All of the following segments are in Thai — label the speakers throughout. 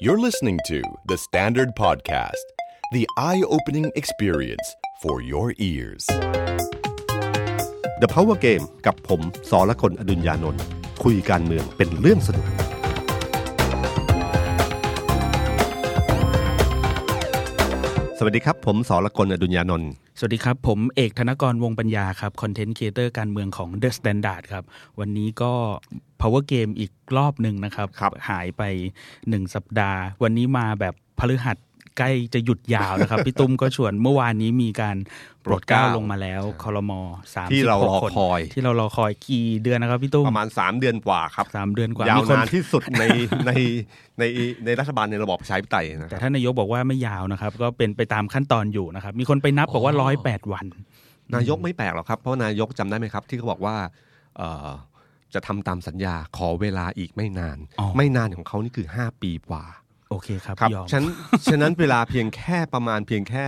Speaker 1: You're listening to The Standard Podcast, the eye opening experience for your ears.
Speaker 2: The Power Game กับผมสอละคนอดุญญานนท์คุยการเมืองเป็นเรื่องสนุก สวัสดีครับ ผมสอละคนอดุญญานนท์
Speaker 3: สวัสดีครับ ผมเอกธนกรวงปัญญาครับ คอนเทนต์ครีเอเตอร์การเมืองของ The Standard ครับ วันนี้ก็ Power Game อีกรอบหนึ่งนะครับ หายไป 1 สัปดาห์ วันนี้มาแบบพฤหัสใกล้จะหยุดยาว นะครับ พี่ตุ้มก็ชวนเมื่อวานนี้มีการโปรดเกล้าลงมาแล้วคอรมอสาม
Speaker 2: ที่เรารอ
Speaker 3: คน
Speaker 2: คอย
Speaker 3: ที่เรารอคอยกี่เดือนนะครับพี่ตุ้ม
Speaker 2: ประมาณ 3 เดือนกว่าครับ
Speaker 3: สามเดือนกว่าย
Speaker 2: าว
Speaker 3: มีคน
Speaker 2: นานที่สุด ใน ในในในรัฐบาลในระบอบประชาธิปไตยนะค
Speaker 3: แต่
Speaker 2: รับ
Speaker 3: ท่านนายกบอกว่าไม่ยาวนะครับ ก็เป็นไปตามขั้นตอนอยู่นะครับ มีคนไปนับบอกว่าร้อยแปดวัน
Speaker 2: นายกไม่แปลกหรอกครับ เพราะนายกจำได้ไหมครับ ที่เขาบอกว่าเอ่อจะทำตามสัญญาขอเวลาอีกไม่นาน
Speaker 3: อ๋อ
Speaker 2: ไม่นานของเขานี่คือ 5 ปีกว่า
Speaker 3: โอเคครับ
Speaker 2: ครับ
Speaker 3: ยอม
Speaker 2: ฉะนัน ฉะนั้นเวลาเพียงแค่ประมาณเพียงแค่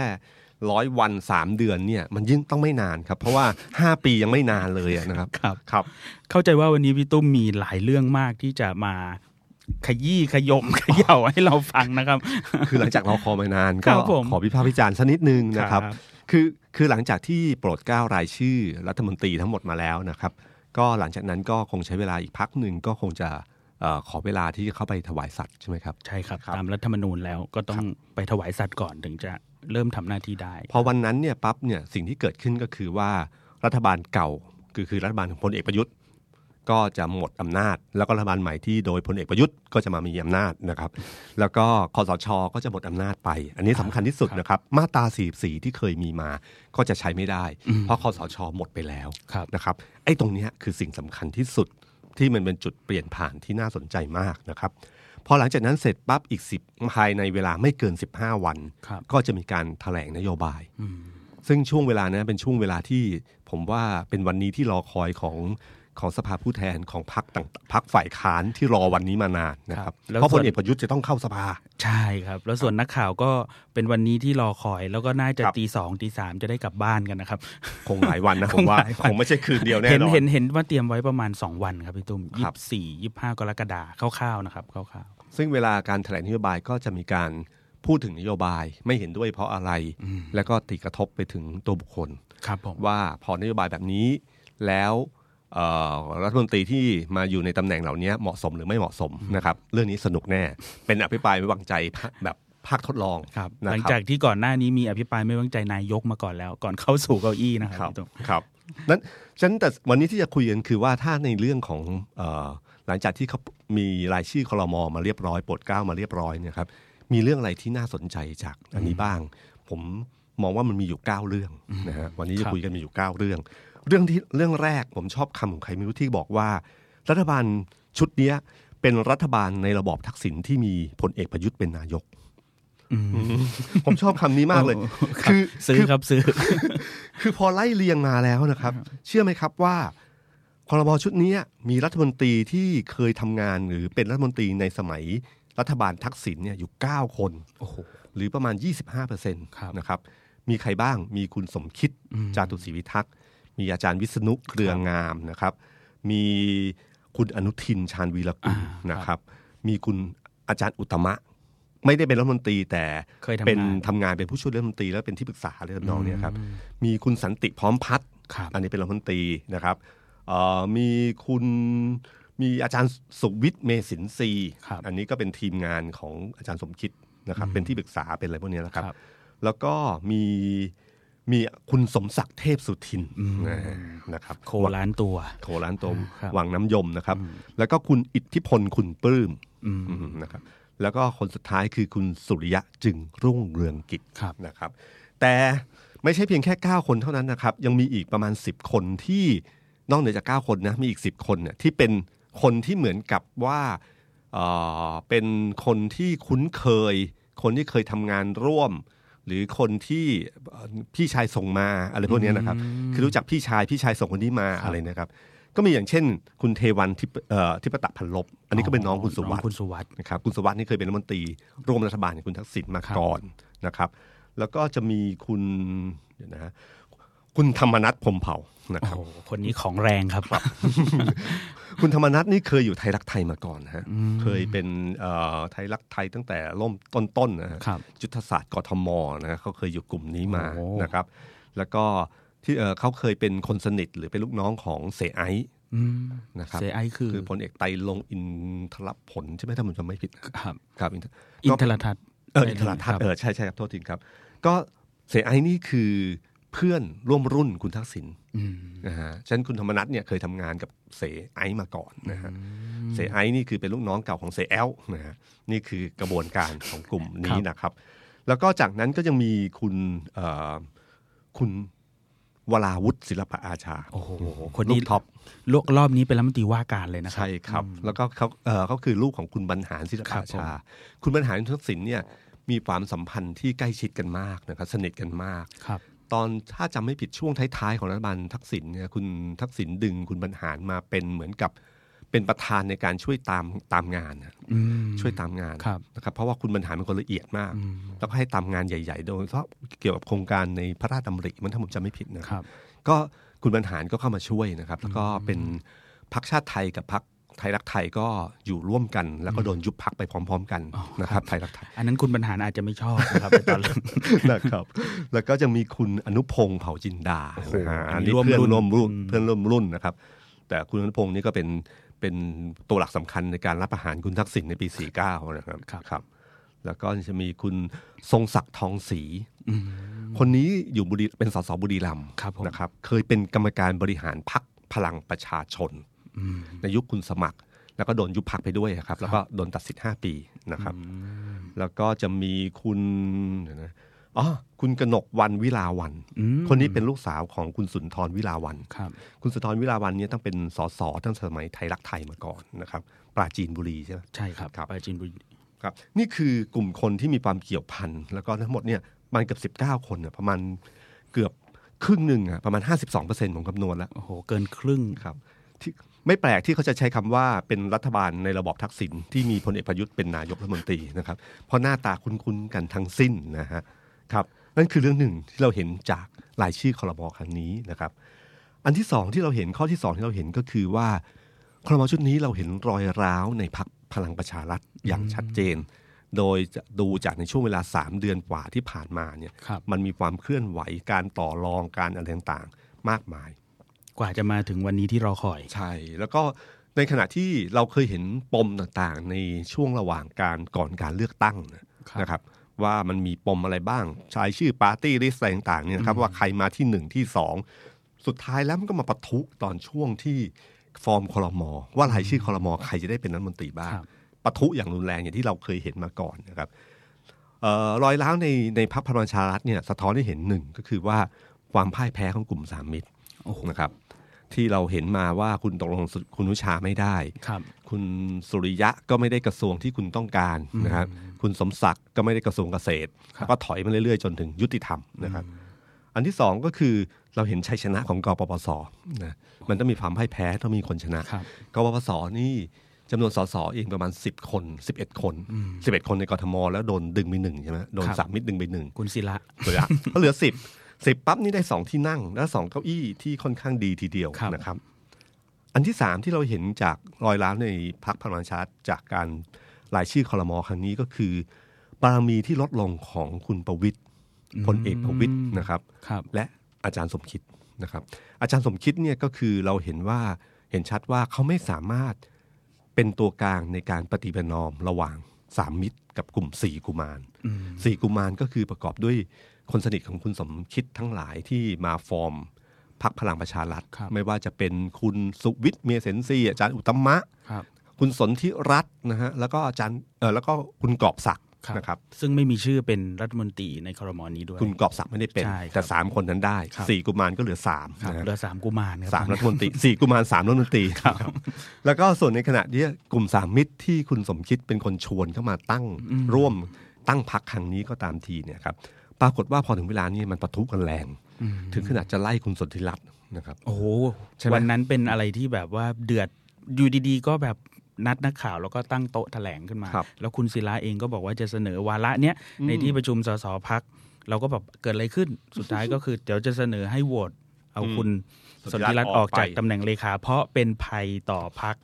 Speaker 2: ร้อยวันสามเดือนเนี่ยมันยิ่งต้องไม่นานครับ เพราะว่าห้าปียังไม่นานเลยอะนะครับ
Speaker 3: ครับ
Speaker 2: ครับ
Speaker 3: เข้าใจว่าวันนี้พี่ตุ้มมีหลายเรื่องมากที่จะมาขยี้ขยม เขย่าให้เราฟังนะครับ
Speaker 2: คือหลังจากเราคอมานาน
Speaker 3: ค
Speaker 2: ก็
Speaker 3: รับผม
Speaker 2: ขอวิพากษ์วิจารณ์สักนิดนึงนะครับ
Speaker 3: ครับ
Speaker 2: คือคือหลังจากที่โปรดเกล้ารายชื่อรัฐมนตรีทั้งหมดมาแล้วนะครับ ก็หลังจากนั้นก็คงใช้เวลาอีกพักหนึ่งก็คงจะเอ่อขอเวลาที่จะเข้าไปถวายสัตว์ใช่ไหมครับ
Speaker 3: ใช่ครับ
Speaker 2: ครับ
Speaker 3: ตามรัฐธรรมนูญแล้วก็ต้องไปถวายสัตว์ก่อนถึงจะเริ่มทำหน้าที่ได้
Speaker 2: พอวันนั้นเนี่ยปั๊บเนี่ยสิ่งที่เกิดขึ้นก็คือว่ารัฐบาลเก่าคือคือรัฐบาลของพลเอกประยุทธ์ ก็จะหมดอำนาจ แล้วก็รัฐบาลใหม่ที่โดยพลเอกประยุทธ์ก็จะมามีอำนาจนะครับ แล้วก็คอสชก็จะหมดอำนาจไป อันนี้สำคัญที่สุดนะครับ มาตรา44ที่เคยมีมาก็จะใช้ไม่ได้ เพราะคอสชหมดไปแล้ว
Speaker 3: ครับ
Speaker 2: นะครับ ไอ้ตรงเนี้ยคือสิ่งสำคัญที่สุดที่มันเป็นจุดเปลี่ยนผ่านที่น่าสนใจมากนะครับ พอหลังจากนั้นเสร็จปั๊บอีก 10ภายในเวลาไม่เกิน 15 วัน
Speaker 3: ครับ
Speaker 2: ก็จะมีการแถลงนโยบาย ซึ่งช่วงเวลานะเป็นช่วงเวลาที่ผมว่าเป็นวันนี้ที่รอคอยของของสภาผู้แทนของพรรคต่างพรรคฝ่ายค้านที่รอวันนี้มานานนะค
Speaker 3: ค
Speaker 2: รั
Speaker 3: รั
Speaker 2: บบ
Speaker 3: แล้ว
Speaker 2: เพราะ
Speaker 3: ส่
Speaker 2: พ
Speaker 3: วน
Speaker 2: ลเอกประยุทธ์จะต้องเข้าสภา
Speaker 3: ใช่ครับ แล้วส่วนนักข่าวก็เป็นวันนี้ที่รอคอย แล้วก็น่าจะ
Speaker 2: ครับ
Speaker 3: ตีสองตีสามจะได้กลับบ้านกันนะครับ
Speaker 2: คงหลายวันนะผมว่า
Speaker 3: คงหลายวัน
Speaker 2: คงไม่ใช่คืนเดียวแน่
Speaker 3: เห็น
Speaker 2: นอน
Speaker 3: เห็นเห็นว่าเตรียมไว้ประมาณ 2 วันครับพี่ตุ้มยี่
Speaker 2: ครับ
Speaker 3: สิบสี่ยี่สิบห้ากรกฎาคมคร่าวๆนะครับคร่าว
Speaker 2: ซึ่งเวลาการแถลงนโยบายก็จะมีการพูดถึงนโยบายไม่เห็นด้วยเพราะอะไร แล้วก็ติดกระทบไปถึงตัวบุคคล
Speaker 3: ๆ ครับผม
Speaker 2: ว่าพอนโยบายแบบนี้แล้วเอ่อรัฐมนตรีที่มาอยู่ในตำแหน่งเหล่านี้เหมาะสมหรือไม่เหมาะสมนะครับเรื่องนี้สนุกแน่ เป็นอภิปรายไม่วางใจภาคแบบภาคทดลอง
Speaker 3: ครับ
Speaker 2: นะ
Speaker 3: หลัง
Speaker 2: ครับ
Speaker 3: จากที่ก่อนหน้านี้มีอภิปรายไม่ไว้วางใจนายกมาก่อนแล้ว ก่อนเข้าสู่เก้าอี้นะค
Speaker 2: ค
Speaker 3: รั
Speaker 2: รั
Speaker 3: บบ พี่ตุ้ม
Speaker 2: ครับนั้นฉะนันแต่วันนี้ที่จะคุยกันคือว่าถ้าในเรื่องของเอ่อหลังจากที่เขามีรายชื่อคลมมาเรียบร้อยโปรดเกล้ามาเรียบร้อยเนี่ยครับมีเรื่องอะไรที่น่าสนใจจากอันนี้บ้าง ผมมองว่ามันมีอยู่ 9 เรื่องนะฮะวันนี้จะ
Speaker 3: ครับ
Speaker 2: คุยกันมีอยู่ 9 เรื่อง เรื่องที่เรื่องแรกผมชอบคำของใครไม่รู้ที่บอกว่า รัฐบาลชุดเนี้ยเป็นรัฐบาลในระบอบทักษิณที่มีพลเอกประยุทธ์เป็นนายก ผมชอบคำนี้มากเลย คือ
Speaker 3: ซื้อ
Speaker 2: คือ
Speaker 3: ครับซื้อ
Speaker 2: คือพอไล่เรียงมาแล้วนะครับ เชื่อไหมครับว่าคอรมอชุดเนี้ยมีรัฐมนตรีที่เคยทำงานหรือเป็นรัฐมนตรีในสมัยรัฐบาลทักษิณเนี่ยอยู่ 9 คน
Speaker 3: โอ้โห
Speaker 2: หรือประมาณ 25%
Speaker 3: ครับ
Speaker 2: นะครับ มีใครบ้าง มีคุณสมคิด จาตุศรีวิทักษ์ มีอาจารย์วิษณุเครืองามนะครับ มีคุณอนุทินชาญวีรกุล
Speaker 3: อ่าน
Speaker 2: นะครับ มีคุณอาจารย์อุตตมะ ไม่ได้เป็นรัฐมนตรีแต่
Speaker 3: เคยทำงาน
Speaker 2: เป็นทำงานเป็นผู้ช่วยรัฐมนตรีแล้วเป็นที่ปรึกษาเรื่องน้องเนี่ยครับ มีคุณสันติพร้อมพัฒน์
Speaker 3: ครับ
Speaker 2: อันนี้เป็นรัฐมนตรีนะครับเอ่อมีคุณมีอาจารย์สุวิทย์เมสินทรีย์
Speaker 3: ครับ
Speaker 2: อันนี้ก็เป็นทีมงานของอาจารย์สมคิดนะครับ เป็นที่ปรึกษาเป็นอะไรพวกเนี้ยนะครับ
Speaker 3: ครับ
Speaker 2: แล้วก็มีมีคุณสมศักดิ์เทพสุทินนะฮะนะครับ
Speaker 3: โคล้านตัว
Speaker 2: โคร้านตม
Speaker 3: ครับ
Speaker 2: วังน้ำยมนะครับ แล้วก็คุณอิทธิพลคุณปลื้มอืมนะครับ แล้วก็คนสุดท้ายคือคุณสุริยะจึงรุ่งเรืองกิจ
Speaker 3: ครับ
Speaker 2: นะครับแต่ไม่ใช่เพียงแค่ 9 คนเท่านั้นนะครับ ยังมีอีกประมาณ 10 คนที่นอกเหนือจาก 9 คนนะมีอีก 10 คนเนี่ยที่เป็นคนที่เหมือนกับว่าเอ่อเป็นคนที่คุ้นเคย คนที่เคยทำงานร่วม หรือคนที่เอ่อพี่ชายส่งมาอะไรพวกเนี้ยนะครับ คือรู้จักพี่ชายพี่ชายส่งคนนี้มาอะไรนะครับ ก็มีอย่างเช่น คุณเทวันทิปเอ่อทิปตะพันลบ อันนี้ก็เป็นน้องคุณสุวัสดิ์
Speaker 3: น้องคุณสุวัสด์
Speaker 2: นะครับคุณสวัสดิ์นี่เคยเป็นรัฐมนตรีร่วมรัฐบาลกับคุณทักษิณมาก่อนนะครับ แล้วก็จะมีคุณเดี๋ยวนะฮะ คุณธรรมนัทพรหมเผ่า นะครับ
Speaker 3: โอ้โหคนนี้ของแรงครับ
Speaker 2: คุณธรรมนัทนี่เคยอยู่ไทยรักไทยมาก่อนนะฮะ
Speaker 3: อืม
Speaker 2: เคยเป็นเอ่อไทยรักไทยตั้งแต่ร่มต้นๆนะฮะ
Speaker 3: ครับ
Speaker 2: ยุทธศาสตร์กทมนะฮะเขาเคยอยู่กลุ่มนี้มา
Speaker 3: โอ้
Speaker 2: นะครับ แล้วก็ที่เอ่อเขาเคยเป็นคนสนิทหรือเป็นลูกน้องของเสไอซ์
Speaker 3: อืม
Speaker 2: นะครับ
Speaker 3: เซไอคือ
Speaker 2: คือพลเอกไตรลงค์อินทรผลใช่ไหมถ้าผมจำไม่ผิดนะครับ ครับอินทร
Speaker 3: อินทรทัศน์
Speaker 2: เอออินทรทัศน์เออใช่ใช่ครับโทษทีครับ ก็เสไอซ์นี่คือเพื่อนร่วมรุ่นคุณทักษิณ
Speaker 3: ม
Speaker 2: นะฮะฉะนันคุณธรรมนัทเนี่ยเคยทำงานกับเสไอซ์มาก่อนนะฮะเสไอซ์นี่คือเป็นลูกน้องเก่าของเสแอลนะฮะนี่คือกระบวนการของกลุ่มนี้นะครับ แล้วก็จากนั้นก็ยังมีคุณเอ่อคุณวราวุฒิศิลปะอาชา
Speaker 3: โอ้โหคนนี้
Speaker 2: ลูกท็อป
Speaker 3: โลกรอบนี้เป็นรัฐมนตรีว่าการเลยนะครับ
Speaker 2: ใช่ครับ แล้วก็เขาเอ่อเขาคือลูกของคุณบรรหารศิลปะอาชา คุณบรรหารทักษิณเนี่ยมีความสัมพันธ์ที่ใกล้ชิดกันมากนะครับสนิทกันมาก
Speaker 3: ครับ
Speaker 2: ตอนถ้าจำไม่ผิดช่วงท้ายๆของรัฐบาลทักษิณเนี่ยคุณทักษิณดึงคุณบรรหารมาเป็นเหมือนกับเป็นประธานในการช่วยตามตามงานนะ
Speaker 3: อืม
Speaker 2: ช่วยตามงาน
Speaker 3: ครับ
Speaker 2: นะครับเพราะว่าคุณบรรหารเป็นคนละเอียดมาก แล้วก็ให้ตามงานใหญ่ๆ โดยเฉพาะเกี่ยวกับโครงการในพระราชดำริมันถ้าผมจำไม่ผิดนะครับ ก็คุณบรรหารก็เข้ามาช่วยนะครับ แล้วก็เป็นพักชาติไทยกับพักไทยรักไทยก็อยู่ร่วมกัน แล้วก็โดนยุบพักไปพร้อม ๆ กันนะครับไทยรักไทย
Speaker 3: อันนั้นคุณบรรหารอาจจะไม่ชอบ นะครับ ในตอนหลัง
Speaker 2: นะครับ แล้วก็จะมีคุณอนุพงศ์เผ่าจินดานะฮะ
Speaker 3: อั
Speaker 2: อั
Speaker 3: น
Speaker 2: น
Speaker 3: นี้
Speaker 2: นี้
Speaker 3: ร่วม
Speaker 2: เพื่อน
Speaker 3: รุ่น
Speaker 2: ร่วมรุ่นเพื่อนร่วมรุ่นนะครับ แต่คุณอนุพงศ์นี่ก็เป็นเป็นตัวหลักสำคัญในการรับประหารคุณทักษิณในปี 49 นะครับครับ แล้วก็จะมีคุณทรงศักดิ์ทองศรีคนนี้อยู่บุรีเป็นสสบุรีรัมย์
Speaker 3: ครับผม
Speaker 2: นะครับ เคยเป็นกรรมการบริหารพักพลังประชาชน ในยุคคุณสมัคร แล้วก็โดนยุบพักไปด้วยครับ แล้วก็โดนตัดสิทธิ์ 5 ปีนะครับ แล้วก็จะมีคุณเดี๋ยวนะอ๋อคุณกนกวันวิลาวัน คนนี้เป็นลูกสาวของคุณสุนทรวิลาวัน
Speaker 3: ครับ
Speaker 2: คุณสุนทรวิลาวันเนี่ยต้องเป็นสสตั้งแต่สมัยไทยรักไทยมาก่อนนะครับ ปราจีนบุรีใช่ไหม
Speaker 3: ใช่ครับ
Speaker 2: ครับ
Speaker 3: ปราจินบุรี
Speaker 2: ครับนี่คือกลุ่มคนที่มีความเกี่ยวพันแล้วก็ทั้งหมดเนี่ยประมันเกือบ19 คนน่ะประมาณเกือบครึ่งหนึ่งอะประมาณ 52%ผมคำนวณแล้ว
Speaker 3: โอ้โห เกินครึ่ง
Speaker 2: ครับที่ไม่แปลกที่เขาจะใช้คำว่าเป็นรัฐบาลในระบอบทักษิณที่มีพลเอกประยุทธ์เป็นนายกรัฐมนตรีนะครับ เพราะหน้าตาคุ้นๆกันทั้งสิ้นนะฮะครับนั่นคือเรื่องหนึ่งที่เราเห็นจากรายชื่อคอรมอครั้งนี้นะครับ อันที่สองที่เราเห็นข้อที่สองที่เราเห็นก็คือว่าครมชุดนี้เราเห็นรอยร้าวในพักพลังประชารัฐอย่างชัดเจน โดยจะดูจากในช่วงเวลา 3 เดือนกว่าที่ผ่านมาเนี่ย
Speaker 3: ครับ
Speaker 2: มันมีความเคลื่อนไหวการต่อรองการอะไรต่างๆมากมาย
Speaker 3: กว่าจะมาถึงวันนี้ที่รอคอย
Speaker 2: ใช่ แล้วก็ในขณะที่เราเคยเห็นปมต่างๆ ในช่วงระหว่างการก่อนการเลือกตั้งนะครับ นะครับ ว่ามันมีปมอะไรบ้างใช้ชื่อปาร์ตี้ลิสต์อะไรต่างๆเนี่ยนะครับ ว่าใครมาที่หนึ่งที่สองสุดท้ายแล้วมันก็มาปะทุตอนช่วงที่ฟอร์มคอรมอว่ารายชื่อคอรมอใครจะได้เป็นรัฐมนตรีบ้างปะทุอย่างรุนแรงอย่างที่เราเคยเห็นมาก่อนนะครับ เอ่อรอยร้าวในในพรรคพลังประชารัฐเนี่ยสะท้อนให้เห็นหนึ่งก็คือว่าความพ่ายแพ้ของกลุ่มสามมิตร
Speaker 3: โอ้โห
Speaker 2: นะครับ ที่เราเห็นมาว่าคุณตกลงสุคุณนุชาไม่ได้
Speaker 3: ครับ
Speaker 2: คุณสุริยะก็ไม่ได้กระทรวงที่คุณต้องการนะครับคุณสมศักดิ์ก็ไม่ได้กระทรวงเกษตร
Speaker 3: ครับ
Speaker 2: แล้วก็ถอยมาเรื่อยๆ จนถึงยุติธรรมนะครับ อันที่สองก็คือเราเห็นชัยชนะของกปปสนะมันต้องมีความพ่ายแพ้ต้องมีคนชนะ
Speaker 3: ครับ
Speaker 2: กปปสนี่จำนวนสสเองประมาณ 10 คน 11 คน 11 คนในกรทม แล้วโดนดึงไปหนึ่งใช่ไหมโดน
Speaker 3: ครับ
Speaker 2: สามมิตรดึงไปหนึ่ง
Speaker 3: คุณศิระ
Speaker 2: เหลือ ก็ เหลือ 10 10ปั๊บนี่ได้ 2 ที่นั่ง และ2เก้าอี้ที่ค่อนข้างดีทีเดียวนะครับ อันที่ 3 ที่เราเห็นจากรอยร้าวในพักพลังประชารัฐจากการรายชื่อคอรมอครั้งนี้ก็คือบารมีที่ลดลงของคุณประวิตยพลเอกประวิตยนะครับ
Speaker 3: ครับ
Speaker 2: และอาจารย์สมคิดนะครับ อาจารย์สมคิดเนี่ยก็คือเราเห็นว่าเห็นชัดว่าเขาไม่สามารถเป็นตัวกลางในการปฏิบัตินอมระหว่างสามมิตรกับกลุ่มสี่กุมารสี่กุมารก็คือประกอบด้วยคนสนิทของคุณสมคิดทั้งหลายที่มาฟอร์มพักพลังประชารัฐ
Speaker 3: ครับ
Speaker 2: ไม่ว่าจะเป็นคุณสุวิทย์เมษเซนซีอาจารย์อุตตมะ
Speaker 3: ครับ
Speaker 2: คุณสนธิรัตน์นะฮะแล้วก็อาจารย์เออแล้วก็คุณกอบศักดิ์
Speaker 3: ครับ
Speaker 2: นะครับ
Speaker 3: ซึ่งไม่มีชื่อเป็นรัฐมนตรีในครมนี้ด้วย
Speaker 2: คุณกอบศักดิ์ไม่ได้เป็น
Speaker 3: ใช่ครับ
Speaker 2: แต่สามคนนั้นได้
Speaker 3: ครับ
Speaker 2: สี่กุมารก็เหลือสาม
Speaker 3: ครับ
Speaker 2: นะฮะ
Speaker 3: เหลือสามกุมารครับ
Speaker 2: สามรัฐมนตรี สี่กุมารสามรัฐมนตรีครับแล้วก็ส่วนในขณะเนี้ยกลุ่มสามมิตรที่คุณสมคิดเป็นคนชวนเข้ามาตั้งร่วมตั้งพักครั้งนี้ก็ตามทีเนี่ยครับปรากฏว่าพอถึงเวลานี้มันปะทุกันแรง ถึงขนาดจะไล่คุณสนธิรัตน์นะครับ
Speaker 3: โอ้โห
Speaker 2: ใช่ไหม
Speaker 3: วันนั้นเป็นอะไรที่แบบว่าเดือดอยู่ดีๆ ก็แบบนัดนักข่าวแล้วก็ตั้งโต๊ะแถลงขึ้นมา
Speaker 2: ครับ
Speaker 3: แล้วคุณศิระเองก็บอกว่าจะเสนอวาระเนี้ยในที่ประชุมสสพัก เราก็แบบเกิดอะไรขึ้น สุดท้ายก็คือ เดี๋ยวจะเสนอให้โหวต เอาคุณ
Speaker 2: ส
Speaker 3: ส
Speaker 2: น
Speaker 3: น
Speaker 2: ธิ
Speaker 3: ธิ
Speaker 2: รั
Speaker 3: รั
Speaker 2: ต
Speaker 3: ต
Speaker 2: น์
Speaker 3: น์ออ
Speaker 2: อ
Speaker 3: ก
Speaker 2: อกไป
Speaker 3: จากตำแหน่งเลขา เพราะเป็นภัยต่อพัก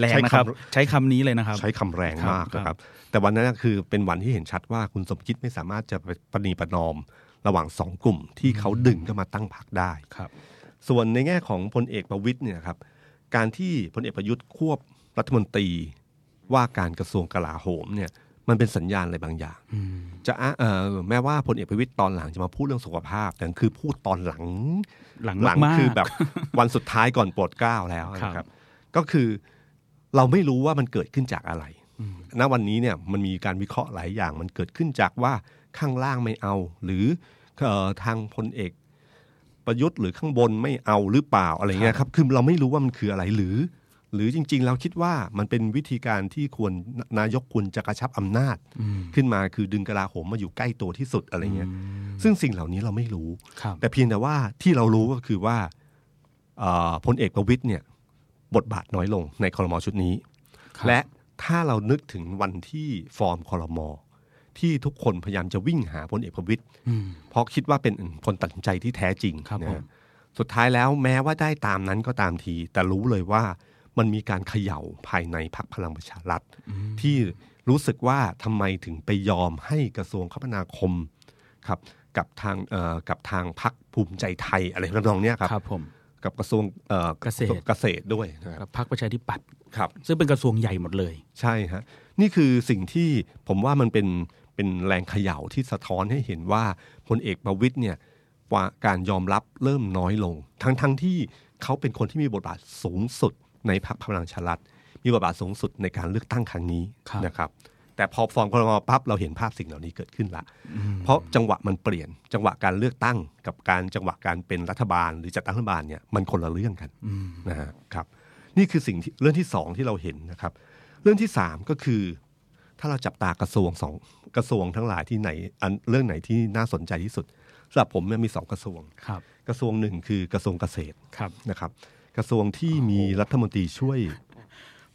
Speaker 3: แรง
Speaker 2: ใช้
Speaker 3: นะ
Speaker 2: คำ
Speaker 3: ครับ ใช้คำนี้เลยนะครับ
Speaker 2: ใช้คำแรงมาก
Speaker 3: ครับ
Speaker 2: นะครับ แต่วันนั้นน่ะคือเป็นวันที่เห็นชัดว่าคุณสมคิดไม่สามารถจะประนีประนอม ระหว่างสองกลุ่มที่เขาดึงกันมาตั้งพรรคได้
Speaker 3: ครับ
Speaker 2: ส่วนในแง่ของพลเอกประวิตยเนี่ยครับ การที่พลเอกประยุทธ์ควบรัฐมนตรีว่าการกระทรวงกลาโหมเนี่ยมันเป็นสัญญาณอะไรบางอย่าง จะอ้าเอ่อแม้ว่าพลเอกประวิตยตอนหลังจะมาพูดเรื่องสุขภาพแต่คือพูดตอนหลัง
Speaker 3: หลัง
Speaker 2: หลัง
Speaker 3: มากๆ
Speaker 2: คือแบบ วันสุดท้ายก่อนโปรดเกล้าแล้ว
Speaker 3: ครับ
Speaker 2: นะครับ ก็คือเราไม่รู้ว่ามันเกิดขึ้นจากอะไรณวันนี้เนี่ยมันมีการวิเคราะห์หลายอย่าง มันเกิดขึ้นจากว่าข้างล่างไม่เอา หรือเอ่อทางพลเอกประยุทธ์หรือข้างบนไม่เอาหรือเปล่าอะไรเงี้ยครับคือเราไม่รู้ว่ามันคืออะไรหรือ หรือจริง ๆ เราคิดว่ามันเป็นวิธีการที่ควรนายกควรจะกระชับอำนาจ ขึ้นมาคือดึงกลาโหมมาอยู่ใกล้ตัวที่สุดอะไรเงี้ยซึ่งสิ่งเหล่านี้เราไม่รู้
Speaker 3: ครับ
Speaker 2: แต่เพียงแต่ว่าที่เรารู้ก็คือว่าเอ่อพลเอกประวิตยเนี่ยบทบาทน้อยลงในคอรมอชุดนี้
Speaker 3: ครับ
Speaker 2: และถ้าเรานึกถึงวันที่ฟอร์มคอรมอที่ทุกคนพยายามจะวิ่งหาพลเอกประวิตย
Speaker 3: อืม
Speaker 2: เพราะคิดว่าเป็นคนตัดสินใจที่แท้จริง
Speaker 3: ครับ
Speaker 2: นะ
Speaker 3: ผ
Speaker 2: ฮะ
Speaker 3: ม
Speaker 2: สุดท้ายแล้วแม้ว่าได้ตามนั้นก็ตามที แต่รู้เลยว่ามันมีการเขย่าภายในพรรคพลังประชารัฐ ที่รู้สึกว่าทำไมถึงไปยอมให้กระทรวงคมนาคมครับกับทางเอ่อกับทางพรรคภูมิใจไทยอะไรทำนองเนี้ยครับ
Speaker 3: ครับผม
Speaker 2: กับกระทรวงเอ่อ
Speaker 3: เกษตร
Speaker 2: เกษตรด้วยนะค
Speaker 3: กั
Speaker 2: รับบ
Speaker 3: พรรคประชาธิปัตย์
Speaker 2: ครับ
Speaker 3: ซึ่งเป็นกระทรวงใหญ่หมดเลย
Speaker 2: ใช่ฮะนี่คือสิ่งที่ผมว่ามันเป็นเป็นแรงเขย่าที่สะท้อนให้เห็นว่าพลเอกประวิตยเนี่ยว่าการยอมรับเริ่มน้อยลง ทั้งทั้งที่เขาเป็นคนที่มีบทบาทสูงสุดในพรรคพลังชารัฐมีบทบาทสูงสุดในการเลือกตั้งครั้งนี้
Speaker 3: ครับ
Speaker 2: นะครับ แต่พอฟอร์มคอรมอปั๊บเราเห็นภาพสิ่งเหล่านี้เกิดขึ้นละ เพราะจังหวะมันเปลี่ยน จังหวะการเลือกตั้งกับการจังหวะการเป็นรัฐบาล หรือจัดตั้งรัฐบาลเนี่ยมันคนละเรื่องกันนะฮะครับ นี่คือสิ่งที่เรื่องที่สองที่เราเห็นนะครับ เรื่องที่สามก็คือ ถ้าเราจับตากระทรวงสองกระทรวงทั้งหลายที่ไหนอันเรื่องไหนที่น่าสนใจที่สุดสำหรับผมเนี่ยมีสองกระทรวง
Speaker 3: ครับ
Speaker 2: กระทรวงหนึ่งคือกระทรวงเกษตร
Speaker 3: ครับ
Speaker 2: นะครับ กระทรวงที่มีรัฐมนตรีช่วย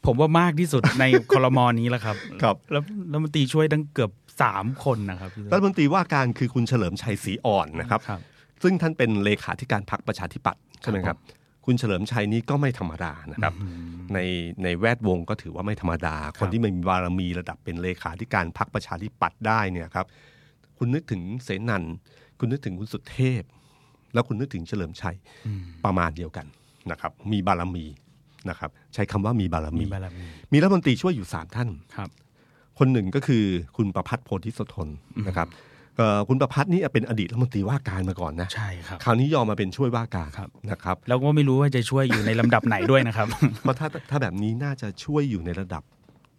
Speaker 3: ผมว่ามากที่สุดใน คอรมอนี้แล้วครับ
Speaker 2: ครับ
Speaker 3: แล้วรัฐมนตรีช่วยตั้งเกือบสามคนนะครับพี่
Speaker 2: รัฐมนตรีว่าการคือคุณเฉลิมชัยศรีอ่อนนะครับ
Speaker 3: ครับ
Speaker 2: ซึ่งท่านเป็นเลขาธิการพรรคประชาธิปัตย์ใช่ไหม
Speaker 3: ครับ
Speaker 2: ครับ คุณเฉลิมชัยนี่ก็ไม่ธรรมดานะครับ ในในแวดวงก็ถือว่าไม่ธรรมดา คนที่มีบารมีระดับเป็นเลขาธิการพรรคประชาธิปัตย์ได้เนี่ยครับ คุณนึกถึงเสนันคุณนึกถึงคุณสุเทพ แล้วคุณนึกถึงเฉลิมชัยประมาณเดียวกันนะครับ มีบารมีนะครับ ใช้คำว่ามีบารมี
Speaker 3: มีบารมี
Speaker 2: มีรัฐมนตรีช่วยอยู่สามท่าน
Speaker 3: ครับ
Speaker 2: คนหนึ่งก็คือคุณประพัฒน์โพธิสทนนะครับเอ่อคุณประพัฒน์นี่เป็นอดีตรัฐมนตรีว่าการมาก่อนนะ
Speaker 3: ใช่ครับ
Speaker 2: คราวนี้ยอมมาเป็นช่วยว่าการ
Speaker 3: ครับ
Speaker 2: นะครับ
Speaker 3: แล้วก็ไม่รู้ว่าจะช่วยอยู่ในลำดับไหนด้วย นะครับ
Speaker 2: เพราะถ้าถ้าแบบนี้น่าจะช่วยอยู่ในระดับ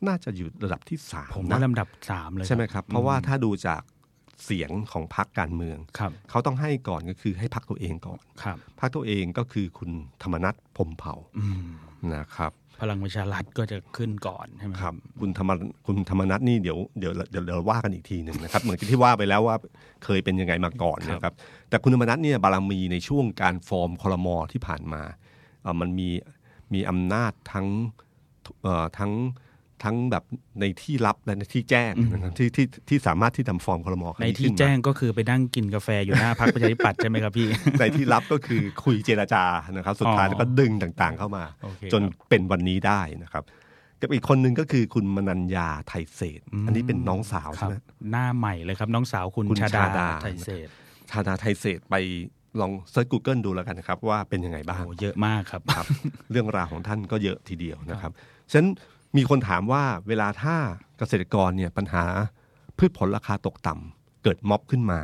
Speaker 2: น่าจะอยู่ระดับที่สาม
Speaker 3: ผม
Speaker 2: นะ
Speaker 3: ว่าลำดับสามเลย
Speaker 2: ใช่ไหมครับ เพราะว่าถ้าดูจากเสียงของพรรคการเมือง
Speaker 3: ครับ
Speaker 2: เขาต้องให้ก่อนก็คือให้พรรคตัวเองก่อน
Speaker 3: ครับ
Speaker 2: พรรคตัวเองก็คือคุณธรรมนัฐพรหมเผ่านะครับ
Speaker 3: พลังประชารัฐก็จะขึ้นก่อนใช่ไหม
Speaker 2: ครับคุณธรรมคุณธรรมนัทนี่เดี๋ยวเดี๋ยวเดี๋ยวเดี๋ยวว่ากันอีกทีหนึ่งนะครับ เหมือนที่ว่าไปแล้วว่าเคยเป็นยังไงมาก่อนนะครับ แต่คุณธรรมนัทเนี่ยบารมีในช่วงการฟอร์มคอรมอที่ผ่านมาเอ่อมันมีมีอำนาจทั้งเอ่อทั้งทั้งแบบในที่ลับและในที่แจ้งนะครับที่ที่ที่สามารถที่ทำฟอร์มคอรมอครั้
Speaker 3: ใน
Speaker 2: งนี้
Speaker 3: ที่
Speaker 2: ขึ้นมา
Speaker 3: แจ้งก็คือไปนั่งกินกาแฟอยู่หน้าพรรคประชาธิปัตย์ใช่ไหม ครับพี่
Speaker 2: ในที่ลับก็คือคุยเจรจานะครับ สุดท้าย
Speaker 3: อ๋อ
Speaker 2: แล้วก็ดึงต่างๆเข้ามา
Speaker 3: โอเค
Speaker 2: จน
Speaker 3: ครับ
Speaker 2: เป็นวันนี้ได้นะครับกับอีกคนหนึ่งก็คือคุณมนัญญาไทยเศษ อันนี้เป็นน้องสาว
Speaker 3: ครั
Speaker 2: ใช่
Speaker 3: บ
Speaker 2: ไหม
Speaker 3: หน้าใหม่เลยครับ น้องสาวคุณ
Speaker 2: คุณ
Speaker 3: ชา
Speaker 2: ชา
Speaker 3: ดา
Speaker 2: ดา
Speaker 3: ไทยเศรษฐ์
Speaker 2: ชาดาไทยเศษไปลองเซิร์ช Google ดูแล้วกันนะครับ ว่าเป็นยังไงบ้าง
Speaker 3: โอ้เยอะมากครับ
Speaker 2: ครับ เรื่องราวของท่านก็เยอะทีเดียวนะครับฉะนั้นมีคนถามว่าเวลาถ้าเกษตรกรเนี่ยปัญหาพืชผลราคาตกต่ำเกิดม็อบขึ้นมา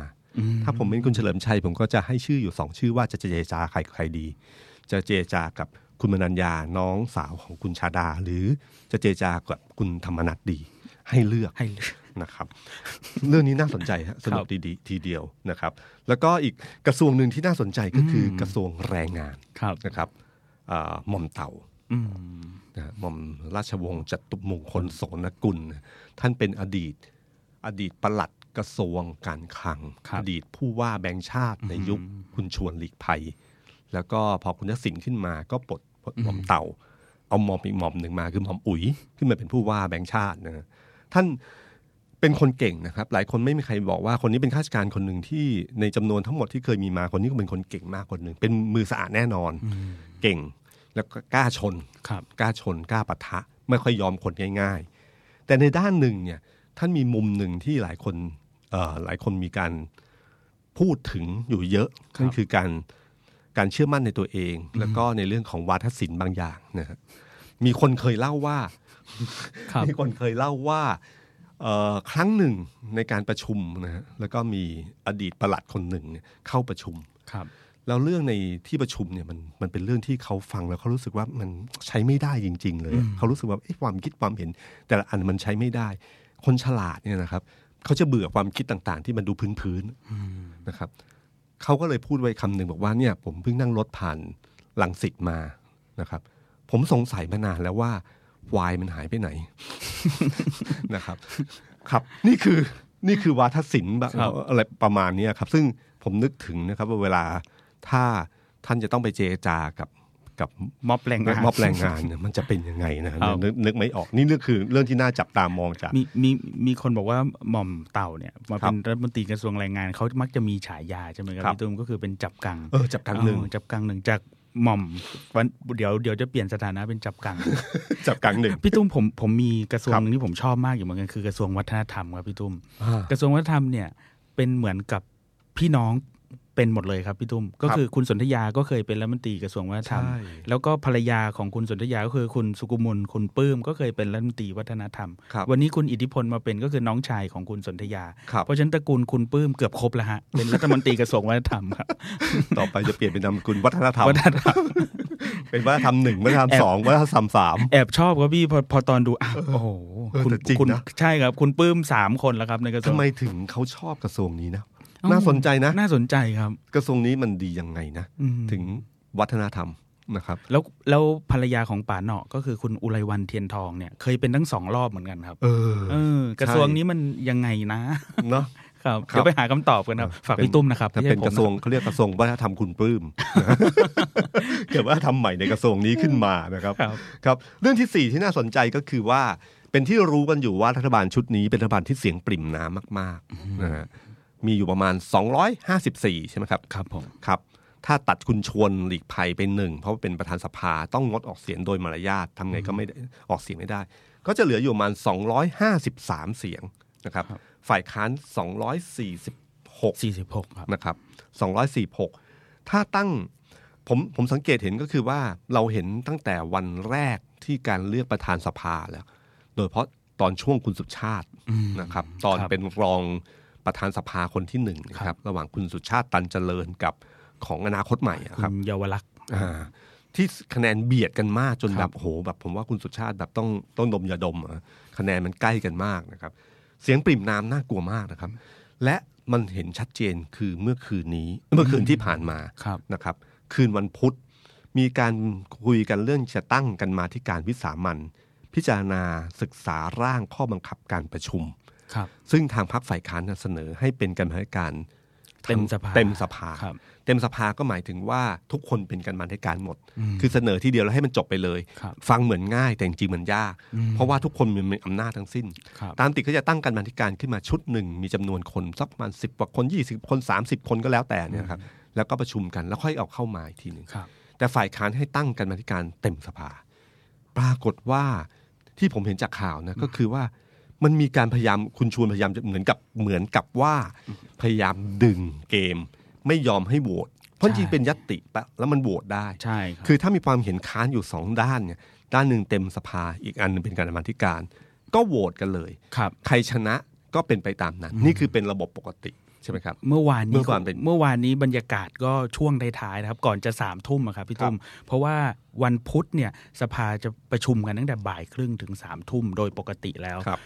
Speaker 2: ถ้าผมเป็นคุณเฉลิมชัย ผมก็จะให้ชื่ออยู่สองชื่อว่าจะเจรจาใครกับใครดี จะเจรจากับคุณมนัญญาน้องสาวของคุณชาดา หรือจะเจรจากับคุณธรรมนัทดี ให้เลือก
Speaker 3: ให้เลือก
Speaker 2: นะครับ เรื่องนี้น่าสนใจฮะสนุ
Speaker 3: ครั
Speaker 2: ก
Speaker 3: บ
Speaker 2: ดีๆทีเดียวนะครับ แล้วก็อีกกระทรวงหนึ่งที่น่าสนใจก็คือกระทรวงแรงงาน
Speaker 3: ครับ
Speaker 2: นะครับอ่าหม่อมเต่า
Speaker 3: อืม
Speaker 2: นะฮะหม่อมราชวงศ์จตุมงคลโสนกุล ท่านเป็นอดีต อดีตปลัดกระทรวงการคลัง
Speaker 3: ครั
Speaker 2: อ
Speaker 3: บ
Speaker 2: ดีตผู้ว่าแบงค์ชาติในยุคคุณชวนหลีกภัย แล้วก็พอคุณทักษิณขึ้นมาก็ปลดปลดหม่อมเต่า เอาหม่อมอีกหม่อมหนึ่งมาคือหม่อมอุ๋ยขึ้นมาเป็นผู้ว่าแบงค์ชาตินะฮะท่าน เป็นคนเก่งนะครับ หลายคนไม่มีใครบอกว่าคนนี้เป็นข้าราชการคนหนึ่งที่ในจำนวนทั้งหมดที่เคยมีมาคนนี้ก็เป็นคนเก่งมากคนหนึ่งเป็นมือสะอาดแน่นอน เก่งแล้วก็กล้าชน
Speaker 3: ครับ
Speaker 2: กล้าชนกล้าปะทะ ไม่ค่อยยอมคนง่าย ๆ แต่ในด้านหนึ่งเนี่ยท่านมีมุมหนึ่งที่หลายคนเอ่อหลายคนมีการพูดถึงอยู่เยอะ
Speaker 3: ครับ
Speaker 2: นั่นคือการการเชื่อมั่นในตัวเอง แล้วก็ในเรื่องของวาทศิลป์บางอย่างนะฮะมีคนเคยเล่าว่า
Speaker 3: ครับ
Speaker 2: มีคนเคยเล่าว่าเอ่อครั้งหนึ่งในการประชุมนะฮะแล้วก็มีอดีตประหลัดคนหนึ่งเนี่ยเข้าประชุม
Speaker 3: ครับ
Speaker 2: แล้วเรื่องในที่ประชุมเนี่ยมันมันเป็นเรื่องที่เขาฟังแล้วเขารู้สึกว่ามันใช้ไม่ได้จริง ๆ เลยเขารู้สึกว่าเอ๊ะความคิดความเห็น แต่ละอันมันใช้ไม่ได้ คนฉลาดเนี่ยนะครับเขาจะเบื่อความคิดต่างๆ ที่มันดูพื้นๆนะครับเขาก็เลยพูดไว้คำหนึ่งบอกว่าเนี่ยผมเพิ่งนั่งรถผ่านลังสิตมานะครับ ผมสงสัยมานานแล้วว่าวายมันหายไปไหน นะครับ ครับนี่คือนี่คือวาทศิลป์แบบ
Speaker 3: ครับ
Speaker 2: อะไรประมาณเนี้ยครับ ซึ่งผมนึกถึงนะครับว่าเวลาถ้าท่านจะต้องไปเจรจากับกับ
Speaker 3: มอบแรงงาน
Speaker 2: มอบแรงงานเนี่ยมันจะเป็นยังไงนะ
Speaker 3: ครั
Speaker 2: นึ
Speaker 3: บ
Speaker 2: กนึกนึกไม่ออกนี่เรื่องคือเรื่องที่น่าจับตามองจาก
Speaker 3: มีมีมีคนบอกว่าหม่อมเต่าเนี่ยมา
Speaker 2: ครับ
Speaker 3: เป็นรัฐมนตรีกระทรวงแรงงานเขามักจะมีฉายาใช่ไหมครับ
Speaker 2: ครับ
Speaker 3: พี่ตุ้มก็คือเป็นจับกัง
Speaker 2: เออจับกลางหนึ่ง
Speaker 3: เออจับกังหนึ่งจากหม่อมวันเดี๋ยวเดี๋ยวจะเปลี่ยนสถานะเป็นจับกัง
Speaker 2: จับกลางหนึ่ง
Speaker 3: พี่ตุ้มผมผมมีกระทรวง
Speaker 2: ครับ
Speaker 3: หนึงที่ผมชอบมากอยู่เหมือนกันคือกระทรวงวัฒนธรรมครับพี่ตุ้ม
Speaker 2: อ่า
Speaker 3: กระทรวงวัฒนธรรมเนี่ยเป็นเหมือนกับพี่น้องเป็นหมดเลยครับพี่ตุ้มก็คือคุณสนธยาก็เคยเป็นรัฐมนตรีกระทรวงวัฒนธรรม
Speaker 2: ใช่
Speaker 3: แล้วก็ภรรยาของคุณสนธยาก็คือคุณสุกุมลคุณปื้มก็เคยเป็นรัฐมนตรีวัฒนธรรม
Speaker 2: ครับ
Speaker 3: วันนี้คุณอิทธิพลมาเป็นก็คือน้องชายของคุณสนธยา
Speaker 2: ครับ
Speaker 3: เพราะฉะนั้นตระกูลคุณปื้มเกือบครบ แล้วฮะ เป็นรัฐมนตรีกระทรวงวัฒนธรรมครับ
Speaker 2: ต่อไปจะเปลี่ยนเป็นนามสกุลวัฒนธรรม
Speaker 3: วัฒนธรรม
Speaker 2: เป็นวัฒนธรรมหนึ่งวัฒนธรรม
Speaker 3: แอบ
Speaker 2: สองวัฒนธรรมสาม
Speaker 3: แอบชอบครับพี่พอพอตอนดูอ่ะโอ้โห
Speaker 2: เออ
Speaker 3: คุณ
Speaker 2: แต่จริง
Speaker 3: คุณ
Speaker 2: นะ
Speaker 3: ใช่ครับ คุณปื้มสามคนแล้วครับในกระทรว
Speaker 2: ทำ
Speaker 3: ง
Speaker 2: ไมถึงเขาชอบกระทรวงนี้นะน่าสนใจนะ
Speaker 3: น่าสนใจครับ
Speaker 2: กระทรวงนี้มันดียังไงนะ
Speaker 3: อืม
Speaker 2: ถึงวัฒนธรรมนะครับ
Speaker 3: แล้วแล้วภรรยาของป่าเหนาะก็คือคุณอุไรวันเทียนทองเนี่ยเคยเป็นทั้งสองรอบเหมือนกันครับ
Speaker 2: เออ
Speaker 3: เออกระทรวงนี้มันยังไงนะ
Speaker 2: เนาะ
Speaker 3: ครับ
Speaker 2: ครับ
Speaker 3: เดี๋ยวไปหาคำตอบกันครับฝากพี่ตุ้มนะครับ
Speaker 2: ถ้า
Speaker 3: ไม่
Speaker 2: เป็น
Speaker 3: ใช่ผม
Speaker 2: กระทรวงเขาเรียกกระทรวงวัฒนธรรมคุณปลื้ม เกิดว่าทำใหม่ในกระทรวงนี้ขึ้นมานะครับ
Speaker 3: ครับ
Speaker 2: ครับ เรื่องที่สี่ที่น่าสนใจก็คือว่า เป็นที่รู้กันอยู่ว่ารัฐบาลชุดนี้เป็นรัฐบาลที่เสียงปริ่มน้ำมากๆนะฮะมีอยู่ประมาณ 254 ใช่ไหมครับ
Speaker 3: ครับผม
Speaker 2: ครับ ถ้าตัดคุณชวนหลีกภัยเป็นหนึ่ง เพราะว่าเป็นประธานสภาต้องงดออกเสียงโดยมารยาททำไงก็ไม่ได้ออกเสียงไม่ได้ ก็จะเหลืออยู่ประมาณ 253 เสียงนะครับ ฝ่ายค้าน 246
Speaker 3: 46 ครับ
Speaker 2: นะครับ 246 ถ้าตั้งผมผมสังเกตเห็นก็คือว่าเราเห็นตั้งแต่วันแรกที่การเลือกประธานสภาแล้ว โดยเฉพราะตอนช่วงคุณสุชาตินะครับ ตอน
Speaker 3: ครับ
Speaker 2: เป็นรองประธานสภาคนที่หนึ่งนะครับ ระหว่างคุณสุชาติตันเจริญกับของอนาคตใหม่อะครับ
Speaker 3: คุณเยาวลักษณ์
Speaker 2: อ่าที่คะแนนเบียดกันมากจน
Speaker 3: ค
Speaker 2: แบ
Speaker 3: รับบ
Speaker 2: โหแบบผมว่าคุณสุชาติแบบต้องต้องดมยาดมอะคะแนนมันใกล้กันมากนะครับ เสียงปริ่มน้ำน่ากลัวมากนะครับ และมันเห็นชัดเจนคือเมื่อคืนนี้เมื่อคืนที่ผ่านมา
Speaker 3: ครับ
Speaker 2: นะครับ คืนวันพุธ มีการคุยกันเรื่องจะตั้งกันมาที่การวิสามันพิจารณาศึกษาร่างข้อบังคับการประชุม
Speaker 3: ครับ
Speaker 2: ซึ่งทางพรรคฝ่ายค้านน่ะเสนอให้เป็นกรรมาธิการ
Speaker 3: เต็มสภา
Speaker 2: เต็มสภา
Speaker 3: ครับ
Speaker 2: เต็มสภาก็หมายถึงว่าทุกคนเป็นกรรมาธิการหมด
Speaker 3: อืม
Speaker 2: คือเสนอทีเดียวแล้วให้มันจบไปเลย
Speaker 3: ครับ
Speaker 2: ฟังเหมือนง่ายแต่จริงๆมันยาก เพราะว่าทุกคนมีอำนาจทั้งสิ้น
Speaker 3: ครับ
Speaker 2: ตามติดก็จะตั้งกรรมาธิการขึ้นมาชุดหนึ่งมีจำนวนคนสักประมาณสิบกว่าคนยี่สิบคนสามสิบคนก็แล้วแต่เนี่ยครับแล้วก็ประชุมกันแล้วค่อยเอาเข้ามาอีกทีหนึ่ง
Speaker 3: ครับ
Speaker 2: แต่ฝ่ายค้านให้ตั้งกรรมาธิการเต็มสภา ปรากฏว่าที่ผมเห็นจากข่าวนะก็คือว่ามันมีการพยายามคุณชวนพยายามจะเหมือนกับเหมือนกับว่าพยายามดึงเกม ไม่ยอมให้โหวตเพราะจริงๆเป็นยัตติปะแล้วมันโหวตได้
Speaker 3: ใช่ครับ
Speaker 2: คือถ้ามีความเห็นค้านอยู่สองด้านเนี่ยด้านหนึ่งเต็มสภาอีกอันหนึงเป็นการมาธิการ ก็โหวตกันเลย
Speaker 3: ครับ
Speaker 2: ใครชนะก็เป็นไปตามนั้น นี่คือเป็นระบบปกติใช่ไหมครับ
Speaker 3: เมื่อวาน
Speaker 2: เมื่
Speaker 3: นี้
Speaker 2: อวานเป็น
Speaker 3: เมื่อวานนี้บรรยากาศก็ช่วงท้ายๆนะครับ ก่อนจะสามทุ่มอะครับพี่ตุ้มเพราะว่าวันพุธเนี่ยสภาจะประชุมกันตั้งแต่บ่ายครึ่งถึงสามทุ่มโดยปกติแล้ว
Speaker 2: ครับ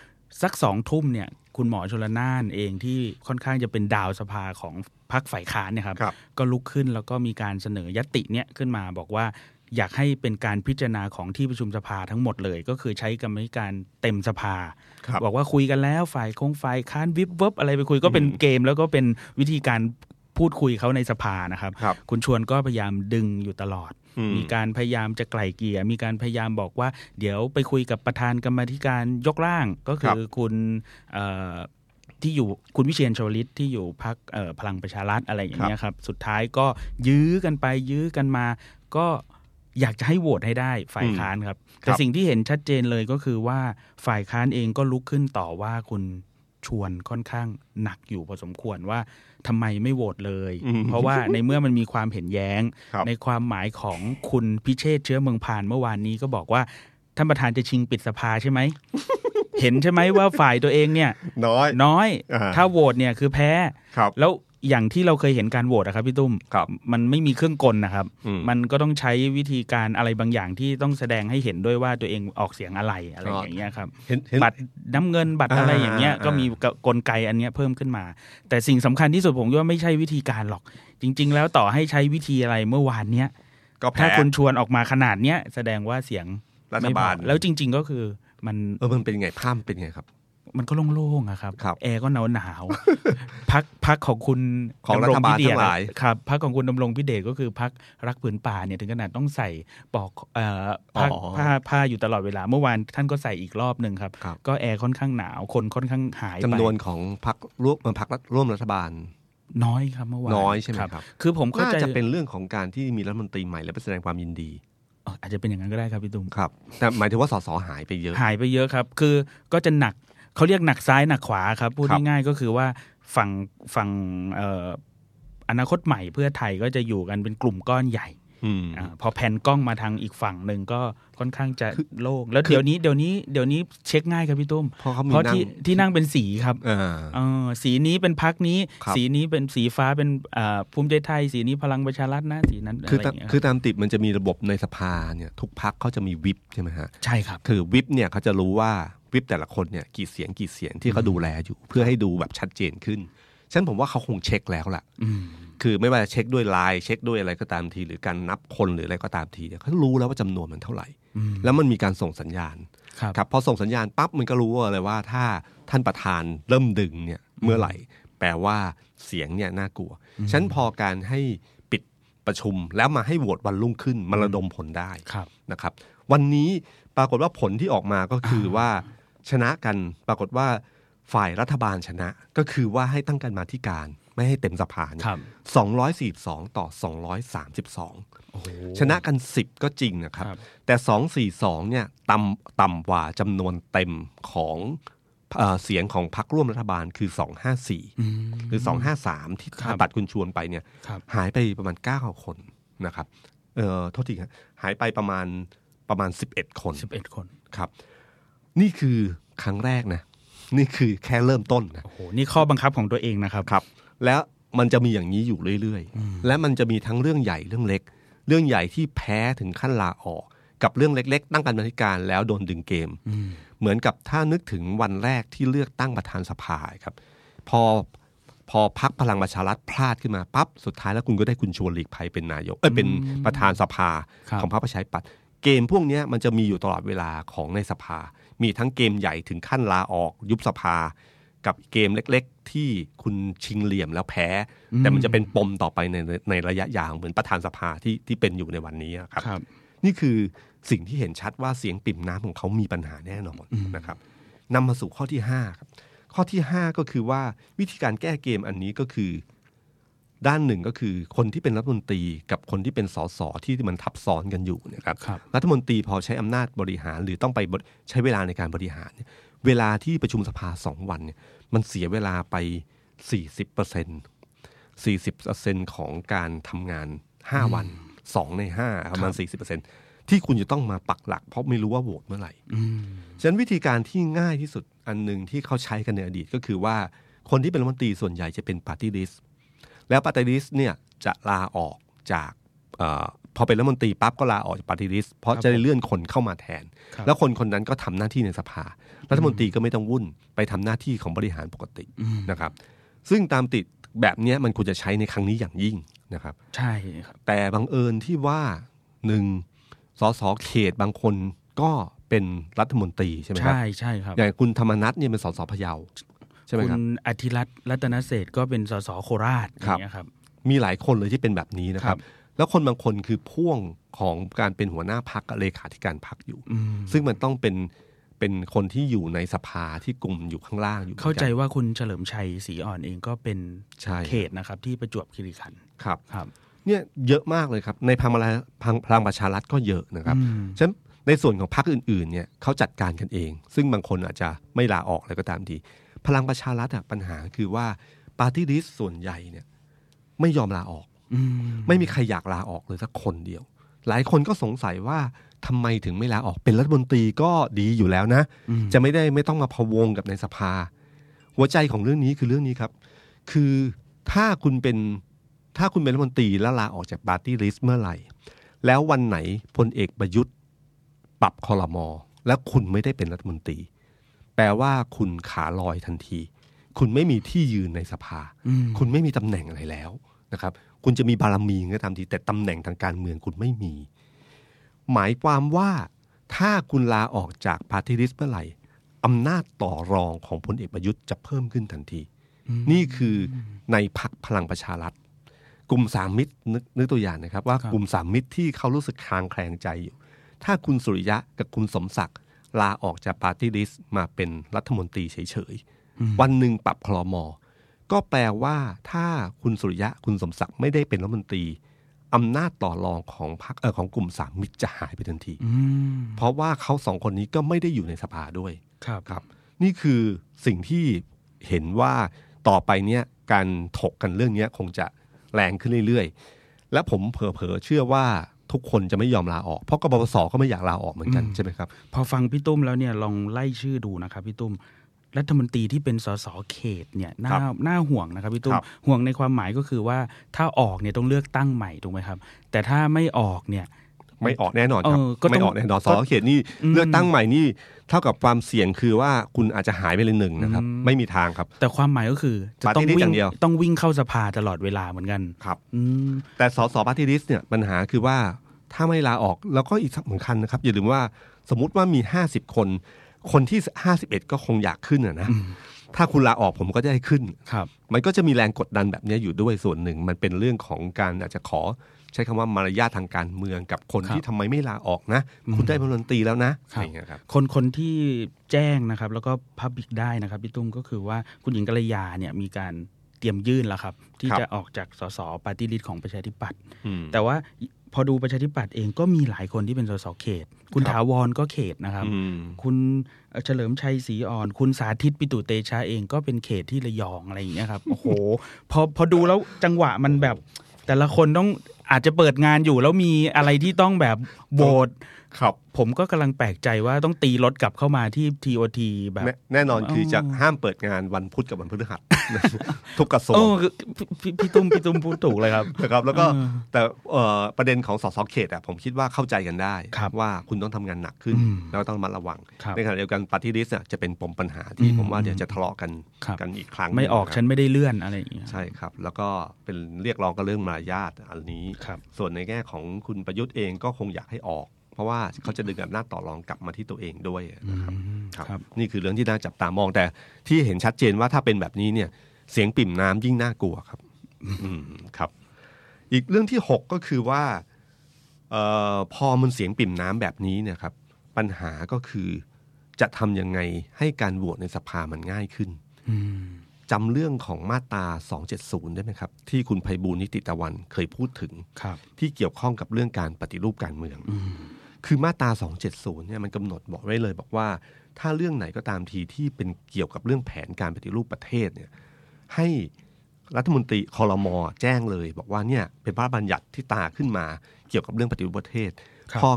Speaker 3: สักสองทุ่มเนี่ยคุณหมอชลนานเองที่ค่อนข้างจะเป็นดาวสภาของพรรคฝ่ายค้านเนี่ยครับ
Speaker 2: ครับ
Speaker 3: ก็ลุกขึ้นแล้วก็มีการเสนอยตติเนี่ยขึ้นมาบอกว่า อยากให้เป็นการพิจารณาของที่ประชุมสภาทั้งหมดเลย ก็คือใช้กรรมธิการเต็มสภา
Speaker 2: ครับ
Speaker 3: บอกว่าคุยกันแล้วฝ่ายคงฝ่ายค้านวิบวับอะไรไปคุยก็เป็นเกม แล้วก็เป็นวิธีการพูดคุยเขาในสภานะครับ
Speaker 2: ครับ
Speaker 3: คุณชวนก็พยายามดึงอยู่ตลอด
Speaker 2: อืม
Speaker 3: มีการพยายามจะไกล่เกลี่ยมีการพยายามบอกว่า เดี๋ยวไปคุยกับประธานกรรมาธิการยกร่างก็คือคุณเอ่อ ที่อยู่คุณวิเชียนชวลิตที่อยู่พักพลังประชารัฐอะไรอย่างเงี้ยครับ สุดท้ายก็ยื้อกันไปยื้อกันมา ก็อยากจะให้โหวตให้ได้ฝ่ายค้านครับ แต่สิ่งที่เห็นชัดเจนเลยก็คือว่าฝ่ายค้านเองก็ลุกขึ้นต่อว่าคุณชวนค่อนข้างหนักอยู่พอสมควรว่าทำไมไม่โหวตเลย เพราะว่าในเมื่อมันมีความเห็นแย้ง ในความหมายของคุณพิเชษเชื้อเมืองผ่านเมื่อวานนี้ก็บอกว่าท่านประธานจะชิงปิดสภาใช่ไหม เห็นใช่ไหมว่าฝ่ายตัวเองเนี่ย
Speaker 2: น้อย
Speaker 3: น้อย ถ้าโหวตเนี่ยคือแพ้
Speaker 2: ครับ
Speaker 3: แล้วอย่างที่เราเคยเห็นการโหวตอะครับพี่ตุ้มมันไม่มีเครื่องกลนะครับ มันก็ต้องใช้วิธีการอะไรบางอย่างที่ต้องแสดงให้เห็นด้วยว่าตัวเองออกเสียงอะไรอะไรอย่างเงี้ยครับบัตรน้ำเงินบัตรอะไรอย่างเงี้ยก็มีกลไกอันเนี้ยเพิ่มขึ้นมา แต่สิ่งสำคัญที่สุดผมว่าไม่ใช่วิธีการหรอก จริง ๆ แล้วต่อให้ใช้วิธีอะไรเมื่อวานเนี้ย
Speaker 2: ก็
Speaker 3: ถ้าคนชวนออกมาขนาดเนี้ยแสดงว่าเสียง
Speaker 2: รัฐบาล
Speaker 3: แล้วจริง ๆ ก็คือมัน
Speaker 2: เออมันเป็นไงภาพเป็นไงครับ
Speaker 3: มันก็โล่งๆอะครับ
Speaker 2: ครับ
Speaker 3: แอร์ก็หนาวหนาวพักพักของคุณ
Speaker 2: ของรัฐบาลทั้งหลาย
Speaker 3: ครับพักของคุณดำรงพิเดชก็คือพักรักผืนป่าเนี่ยถึงขนาดต้องใส่ปอกเอ่อผ้าผ้าผ้าอยู่ตลอดเวลาเมื่อวานท่านก็ใส่อีกรอบหนึ่งครับ ก็แอร์ค่อนข้างหนาวคนค่อนข้างหายไป
Speaker 2: จำนวนของพักร่วมพักร่วมรัฐบาล
Speaker 3: น้อยครับเมื่อวาน
Speaker 2: น้อยใช่ไหมครับ
Speaker 3: คือผมเข้าใจ
Speaker 2: จะเป็นเรื่องของการที่มีรัฐมนตรีใหม่และไปแสดงความยินดี
Speaker 3: อาจจะเป็นอย่างนั้นก็ได้ครับพี่ตุ้ม
Speaker 2: ครับแต่หมายถึงว่าสสหายไปเยอะ
Speaker 3: หายไปเยอะครับ คือก็จะหนักขาเรียกหนักซ้ายหนักขวาครับ พูดง่ายๆก็คือว่าฝั่งฝั่งอนาคตใหม่เพื่อไทยก็จะอยู่กันเป็นกลุ่มก้อนใหญ่อพอแผ่นกล้องมาทางอีกฝั่งหนึ่งก็ค่อนข้างจะโล่งแล้วเดี๋ยวนี้เดี๋ยวนี้เดี๋ยวนี้เช็คง่ายครับพี่ตุ้ม
Speaker 2: เพราะเขา
Speaker 3: เพราะที่ที่นั่งเป็นสีครับเออสีนี้เป็นพักนี้ สีนี้เป็นสีฟ้าเป็นภูมิใจไทย สีนี้พลังประชารัฐนะสีนั้น
Speaker 2: คือ
Speaker 3: อ
Speaker 2: คือตามติดมันจะมีระบบในสภาเนี่ยทุกพักเขาจะมีวิปใช่ไหมฮะ
Speaker 3: ใช่ครับ
Speaker 2: คือวิปเนี่ยเขาจะรู้ว่าวิปแต่ละคนเนี่ยกี่เสียงกี่เสียงที่เขาดูแลอยู่ เพื่อให้ดูแบบชัดเจนขึ้นฉะนั้นผมว่าเขาคงเช็คแล้วล่ะคือไม่ว่าจะเช็คด้วยลายเช็คด้วยอะไรก็ตามที หรือการนับคนหรืออะไรก็ตามทีเนี่ยเขารู้แล้วว่าจำนวนมันเท่าไหร่ แล้วมันมีการส่งสัญญาณ
Speaker 3: ครับ
Speaker 2: พอส่งสัญญาณปั๊บมันก็รู้เลยว่าถ้าท่านประธานเริ่มดึงเนี่ยเมื่อไหร่ แปลว่าเสียงเนี่ยน่ากลัวฉะนั้นพอการให้ปิดประชุมแล้วมาให้โหวตวันรุ่งขึ้นมาระดมผลได้นะครับ วันนี้ปรากฏว่าผลที่ออกมาก็คือว่าชนะกันปรากฏว่าฝ่ายรัฐบาลชนะก็คือว่าให้ตั้งกันมาที่การไม่ให้เต็มสภาสองร้อยสี่สองต่อสองร้อยสามสิบสองชนะกันสิบก็จริงนะครับ แต่สองสี่สองเนี่ยต่ำต่ำกว่าจำนวนเต็มของเสียงของพรรคร่วมรัฐบาลคือ 254 หรือ 253 ที่ตัดคุณชวนไปเนี่ยหายไปประมาณ 9 คนนะครับเอ่อโทษทีครับหายไปประมาณประมาณ 11 คน
Speaker 3: 11 คน
Speaker 2: ครับ นี่คือครั้งแรกนะนี่คือแค่เริ่มต้นนะ
Speaker 3: โอ้โหนี่ข้อบังคับของตัวเองนะครับ
Speaker 2: ครับ แล้วมันจะมีอย่างนี้อยู่เรื่อยๆ และมันจะมีทั้งเรื่องใหญ่เรื่องเล็ก เรื่องใหญ่ที่แพ้ถึงขั้นลาออก กับเรื่องเล็ก ๆ ตั้งกันบรรการแล้วโดนดึงเกม เหมือนกับถ้านึกถึงวันแรกที่เลือกตั้งประธานสภาครับ พอพอพักพลังประชารัฐพลาดขึ้นมาปั๊บสุดท้ายแล้วคุณก็ได้คุณชวนหลีกภัยเป็นนายกเอ้ยเป็นประธานสภาของพรรคประชาธิปัตย์เกมพวกนี้มันจะมีอยู่ตลอดเวลาของในสภา มีทั้งเกมใหญ่ถึงขั้นลาออก ยุบสภา กับเกมเล็กๆ ที่คุณชิงเหลี่ยมแล้วแพ้ แต่มันจะเป็นปมต่อไปในในระยะยาวเหมือนประธานสภาที่ที่เป็นอยู่ในวันนี้ครับ
Speaker 3: รบ
Speaker 2: นี่คือสิ่งที่เห็นชัดว่าเสียงปิ่มน้ำของเขามีปัญหาแน่นอนนะครับนำมาสู่ข้อที่5ครับข้อที่ 5 ก็คือว่าวิธีการแก้เกมอันนี้ก็คือ ด้านหนึ่งก็คือคนที่เป็นรัฐมนตรีกับคนที่เป็นสสที่มันทับซ้อนกันอยู่นะครับ
Speaker 3: รบ
Speaker 2: รัฐมนตรีพอใช้อำนาจบริหาร หรือต้องไปใช้เวลาในการบริหาร เวลาที่ประชุมสภาสองวันเนี่ยมันเสียเวลาไป 40เปอร์เซ็นต์สี่สิบเปอร์เซ็นต์ของการทำงาน 5 วันสองในห้าประมาณสี่สิบเปอร์เซ็นต์ที่คุณจะต้องมาปักหลัก เพราะไม่รู้ว่าโหวตเมื่อไหร่ฉะนั้นวิธีการที่ง่ายที่สุดอันหนึ่งที่เขาใช้กันในอดีตก็คือว่าคนที่เป็นรัฐมนตรีส่วนใหญ่จะเป็นปาร์ตี้ลิสต์แล้วปาร์ตี้ลิสต์เนี่ยจะลาออกจากอพอเป็นรัฐมนตรีปั๊บก็ลาออกจากปาร์ตี้ลิสต์เพราะจะได้เลื่อนคนเข้ามาแทน แล้วคนคนนั้นก็ทำหน้าที่ในสภา รัฐมนตรีก็ไม่ต้องวุ่นไปทำหน้าที่ของบริหารปกตินะครับ ซึ่งตามติดแบบนี้มันควรจะใช้ในครั้งนี้อย่างยิ่งนะครับ
Speaker 3: ใช่ครับ
Speaker 2: แต่บังเอิญที่ว่าหนึ่งสสเขตบางคนก็เป็นรัฐมนตรีใช่ไหมครับ
Speaker 3: ใช่ใช่ครับ
Speaker 2: อย่างคุณธรรมนัทเนี่ยเป็นสสพะเยาใช่ไหมครับ
Speaker 3: คุณอธิรัตน์รัตนเศษก็เป็นสสโคราช
Speaker 2: ครับ
Speaker 3: ครับ
Speaker 2: มีหลายคนเลยที่เป็นแบบนี้นะครับ แล้วคนบางคนคือพ่วงของการเป็นหัวหน้าพักเลขาธิการพักอยู่ ซึ่งมันต้องเป็น เป็นคนที่อยู่ในสภาที่กลุ่มอยู่ข้างล่างอยู่
Speaker 3: เข้าใจ
Speaker 2: หมือนกัน
Speaker 3: ว่าคุณเฉลิมชัยศรีอ่อนเองก็เป็น
Speaker 2: ใช่
Speaker 3: เขตนะครับ ที่ประจวบคีรีขันธ์
Speaker 2: ครับ
Speaker 3: ครับ
Speaker 2: เนี่ยเยอะมากเลยครับ ในพลังประชาพังพลังประชารัฐก็เยอะนะครับ
Speaker 3: อืม
Speaker 2: ฉะนั้นในส่วนของพรรคอื่นๆเนี่ยเขาจัดการกันเอง ซึ่งบางคนอาจจะไม่ลาออกอะไรก็ตามทีพลังประชารัฐอะปัญหาคือว่าปาร์ตี้ลิสส่วนใหญ่เนี่ยไม่ยอมลาออก
Speaker 3: อืม
Speaker 2: ไม่มีใครอยากลาออกเลยสักคนเดียว หลายคนก็สงสัยว่าทำไมถึงไม่ลาออกเป็นรัฐมนตรีก็ดีอยู่แล้วนะ
Speaker 3: อืม
Speaker 2: จะไม่ได้ไม่ต้องมาพะวงกับในสภา หัวใจของเรื่องนี้คือเรื่องนี้ครับ คือถ้าคุณเป็นถ้าคุณเป็นรัฐมนตรีแล้วลาออกจากปาร์ตี้ลิสต์เมื่อไหร่ แล้ววันไหนพลเอกประยุทธ์ปรับคอรมอ และคุณไม่ได้เป็นรัฐมนตรี แปลว่าคุณขาลอยทันที คุณไม่มีที่ยืนในสภา
Speaker 3: อืม
Speaker 2: คุณไม่มีตำแหน่งอะไรแล้วนะครับ คุณจะมีบารมีก็ตามทีแต่ตำแหน่งทางการเมืองคุณไม่มี หมายความว่าถ้าคุณลาออกจากพาร์ติลิสเมื่อไหร่อำนาจต่อรองของพลเอกประยุทธ์จะเพิ่มขึ้นทันที นี่คือในพักพลังประชารัฐ กลุ่มสามมิตรนึกนึกตัวอย่างนะครับ ว่ากลุ่มสามมิตรที่เขารู้สึกคลางแคลงใจอยู่ ถ้าคุณสุริยะกับคุณสมศักดิ์ลาออกจากปาร์ตี้ลิสต์มาเป็นรัฐมนตรีเฉยๆ วันหนึ่งปรับคลอมอ ก็แปลว่าถ้าคุณสุริยะคุณสมศักดิ์ไม่ได้เป็นรัฐมนตรีอำนาจต่อรองของพรรคเออของกลุ่มสามมิตรจะหายไปทันที
Speaker 3: อืม
Speaker 2: เพราะว่าเขาสองคนนี้ก็ไม่ได้อยู่ในสภาด้วย
Speaker 3: ครับ
Speaker 2: ครับนี่คือสิ่งที่เห็นว่าต่อไปเนี่ยการถกกันเรื่องเนี้ยคงจะแรงขึ้นเรื่อยๆ และผมเผลอๆเชื่อว่าทุกคนจะไม่ยอมลาออก เพราะกบพศก็ไม่อยากลาออกเหมือนกันใช่ไหมครับ
Speaker 3: พอฟังพี่ตุ้มแล้วเนี่ยลองไล่ชื่อดูนะครับพี่ตุ้มรัฐมนตรีที่เป็นสสเขตเนี่ยน่าน่าห่วงนะครับพี่ตุ้มห่วงในความหมายก็คือว่าถ้าออกเนี่ยต้องเลือกตั้งใหม่ถูกไหมครับ แต่ถ้าไม่ออกเนี่ย
Speaker 2: ไม่ออกแน่นอนครับ
Speaker 3: เออก็ต้อง
Speaker 2: ไม่ออกแน่นอนสอเขตนี่
Speaker 3: อืม
Speaker 2: เลือกตั้งใหม่นี่เท่ากับความเสี่ยงคือว่าคุณอาจจะหายไปเลยหนึ่งนะครับ
Speaker 3: อืม
Speaker 2: ไม่มีทางครับ
Speaker 3: แต่ความหมายก็คือจะต้อง
Speaker 2: Party list อง
Speaker 3: วิ่
Speaker 2: ย่างเดียว
Speaker 3: ต้องวิ่งเข้าสภาตลอดเวลาเหมือนกัน
Speaker 2: ครับ
Speaker 3: อืม
Speaker 2: แต่สสปาร์ตี้ลิสเนี่ยปัญหาคือว่าถ้าไม่ลาออกแล้วก็อีกสำคัญนะครับ อย่าลืมว่าสมมติว่ามี 50 คน คนที่ 51 ก็คงอยากขึ้นอะนะ ถ้าคุณลาออกผมก็จะได้ขึ้น
Speaker 3: ครับ
Speaker 2: มันก็จะมีแรงกดดันแบบเนี้ยอยู่ด้วยส่วนหนึ่ง มันเป็นเรื่องของการอาจจะขอใช้คำว่ามารยาททางการเมืองกับคน
Speaker 3: ครับ
Speaker 2: ที่ทำไมไม่ลาออกนะ คุณได้เป็นรัฐมนตรีแล้วนะ
Speaker 3: ค
Speaker 2: อะ
Speaker 3: รับ
Speaker 2: ไรอย่างเงี้ยครับ
Speaker 3: คนคนที่แจ้งนะครับ แล้วก็พับบิกได้นะครับพี่ตุ้มก็คือว่าคุณหญิงกัลยาเนี่ยมีการเตรียมยื่นแล้วครับ ที่
Speaker 2: ครับ
Speaker 3: จะออกจากสสปาร์ตี้ลิสต์ของประชาธิปัตย์
Speaker 2: อืม
Speaker 3: แต่ว่าพอดูประชาธิปัตย์เองก็มีหลายคนที่เป็นสสเขต คุณ
Speaker 2: ครับ
Speaker 3: ถาวรก็เขตนะครับ
Speaker 2: อืม
Speaker 3: คุณเอ่อเฉลิมชัยศรีอ่อน คุณสาธิตปิตุเตชะเองก็เป็นเขตที่ระยองอะไรอย่างเงี้ยครับ โอ้โห พอพอดูแล้วจังหวะมันแบบ แต่ละคนต้องอาจจะเปิดงานอยู่แล้วมีอะไรที่ต้องแบบโบส
Speaker 2: ครับ
Speaker 3: ผมก็กำลังแปลกใจว่าต้องตีรถกลับเข้ามาที่ TOT แบบ
Speaker 2: แน่แน่นอนคือจะห้ามเปิดงานวันพุธกับวันพฤ หัส ทุกกระทรว
Speaker 3: โอ้
Speaker 2: ง
Speaker 3: คือพี่พี่พี่ตุ้มพี่ตุ้มพูดถูกเลยครับ
Speaker 2: นะครับแล้วก็
Speaker 3: เออ
Speaker 2: แต่เอ่อประเด็นของสสเขตอ่ะผมคิดว่าเข้าใจกันได้
Speaker 3: ครับ
Speaker 2: ว่าคุณต้องทำงานหนักขึ้น
Speaker 3: อืม
Speaker 2: แล้วต้องระมัดระวัง
Speaker 3: ครับ
Speaker 2: ในขณะเดียวกันปฏิริษีจะเป็นปมปัญหาที่
Speaker 3: อืม
Speaker 2: ผมว่าเดี๋ยวจะทะเลาะกัน
Speaker 3: ครับ
Speaker 2: กันอีกครั้ง
Speaker 3: ไม่ออก
Speaker 2: ะครับ
Speaker 3: ฉันไม่ได้เลื่อนอะไรอย่างเงี้ย
Speaker 2: ใช่ครับ แล้วก็เป็นเรียกร้องก็เรื่องมารยาทอันนี้
Speaker 3: ครับ
Speaker 2: ส่วนในแง่ของคุณประยุทธ์เองก็คงอยากให้ออก เพราะว่าเขาจะดึงอำนาจต่อรองกลับมาที่ตัวเองด้วยนะครับ
Speaker 3: อืม
Speaker 2: ครับ
Speaker 3: ครับ
Speaker 2: นี่คือเรื่องที่น่าจับตามองแต่ที่เห็นชัดเจนว่าถ้าเป็นแบบนี้เนี่ยเสียงปิ่มน้ำยิ่งน่ากลัวครับอืมครับ อีกเรื่องที่หกก็คือว่าเออพอมันเสียงปิ่มน้ำแบบนี้เนี่ยครับ ปัญหาก็คือจะทำยังไงให้การโหวตในสภามันง่ายขึ้น
Speaker 3: อืม
Speaker 2: จำเรื่องของมาตรา 270 ได้ไหมครับ ที่คุณไพบูลย์นิติตะวันเคยพูดถึง
Speaker 3: ครับ
Speaker 2: ที่เกี่ยวข้องกับเรื่องการปฏิรูปการเมือง คือมาตรา 270 เนี่ยมันกำหนดบอกไว้เลย บอกว่า ถ้าเรื่องไหนก็ตามทีที่เป็นเกี่ยวกับเรื่องแผนการปฏิรูปประเทศเนี่ย ให้รัฐมนตรีคอรมอแจ้งเลย บอกว่าเนี่ยเป็นพระราชบัญญัติที่ตราขึ้นมาเกี่ยวกับเรื่องปฏิรูปประเทศ
Speaker 3: ครับ
Speaker 2: พอ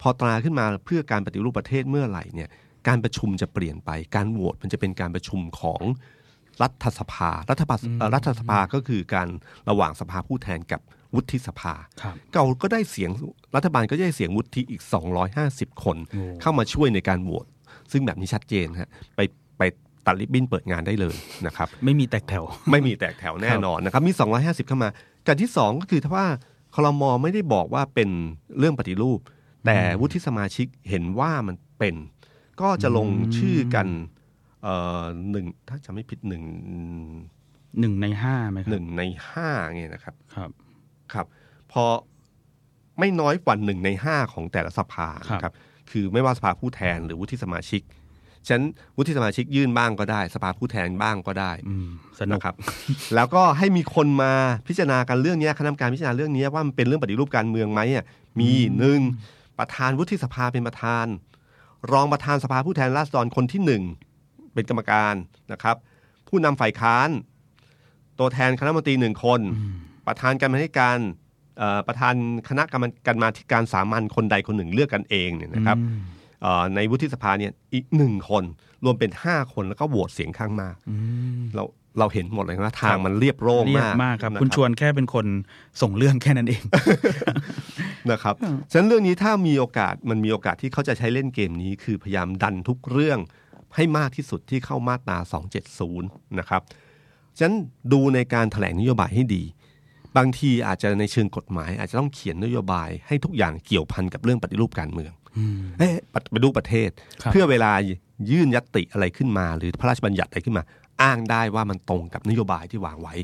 Speaker 2: พอตราขึ้นมาเพื่อการปฏิรูปประเทศเมื่อไหร่เนี่ย การประชุมจะเปลี่ยนไป การโหวตมันจะเป็นการประชุมของรัฐสภา รัฐประเอ่อรัฐสภาก็คือการระหว่างสภาผู้แทนกับวุฒิสภา
Speaker 3: ครับ
Speaker 2: เก่าก็ได้เสียงรัฐบาลก็ได้เสียงวุฒิอีก 250 คน
Speaker 3: โอ้
Speaker 2: เข้ามาช่วยในการโหวตซึ่งแบบนี้ชัดเจนฮะไปไปตัดริบบิ้นเปิดงานได้เลยนะครับ
Speaker 3: ไม่มีแตกแถว
Speaker 2: ไม่มีแตกแถวแน่นอนนะครับ มี 250 เข้ามาการที่ 2 ก็คือถ้าว่าคลมไม่ได้บอกว่าเป็นเรื่องปฏิรูป แต่วุฒิสมาชิกเห็นว่ามันเป็น ก็จะลงชื่อกันเอ่อหนึ่งถ้าจะไม่ผิดหนึ่ง
Speaker 3: หนึ่งในห้าไหมครั
Speaker 2: หนึ่งในห้าเงี้ยนะครับ
Speaker 3: ครับ
Speaker 2: ครับพอไม่น้อยกว่าหนึ่งในห้าของแต่ละสภา
Speaker 3: ครับ
Speaker 2: นะครับ คือไม่ว่าสภาผู้แทนหรือวุฒิสมาชิก ฉะนันวุฒิสมาชิกยื่นบ้างก็ได้ สภาผู้แทนบ้างก็ได้
Speaker 3: อืมสนุก
Speaker 2: นะครับ แล้วก็ให้มีคนมาพิจารณากันเรื่องเนี้ยคณะกรรมการพิจารณาเรื่องเนี้ยว่ามันเป็นเรื่องปฏิรูปการเมืองไหมอ่ะมีหนึ่งประธานวุฒิสภาเป็นประธาน รองประธานสภาผู้แทนราษฎรคนที่หนึ่งเป็นกรรมการนะครับ ผู้นำฝ่ายค้าน ตัวแทนคณะมนตรีหนึ่งคน ประธานกรรมาธิการเอ่อประธานคณะกรรมการมาธิการสามัญคนใดคนหนึ่งเลือกกันเองเนี่ยนะครับเอ่อในวุฒิสภาเนี่ยอีกหนึ่งคน รวมเป็นห้าคนแล้วก็โหวตเสียงข้างมาก เราเราเห็นหมดเลยนะทางมันเรียบโร่ง
Speaker 3: เรีย
Speaker 2: มาก
Speaker 3: มากครับ
Speaker 2: นะ
Speaker 3: คุณชวนแค่เป็นคนส่งเรื่องแค่นั้นเอง
Speaker 2: นะครับฉะนั้นเรื่องนี้ถ้ามีโอกาสมันมีโอกาสที่เขาจะใช้เล่นเกมนี้ คือพยายามดันทุกเรื่องให้มากที่สุดที่เข้ามาตรา 270 นะครับฉะนั้นดูในการแถลงนโยบายให้ดี บางทีอาจจะในเชิงกฎหมาย อาจจะต้องเขียนนโยบายให้ทุกอย่างเกี่ยวพันกับเรื่องปฏิรูปการเมืองเอ๊ะปฏิรูปประเทศ
Speaker 3: ครับ
Speaker 2: เพื่อเวลายื่นยตติอะไรขึ้นมา หรือพระราชบัญญัติอะไรขึ้นมา อ้างได้ว่ามันตรงกับนโยบายที่วางไว้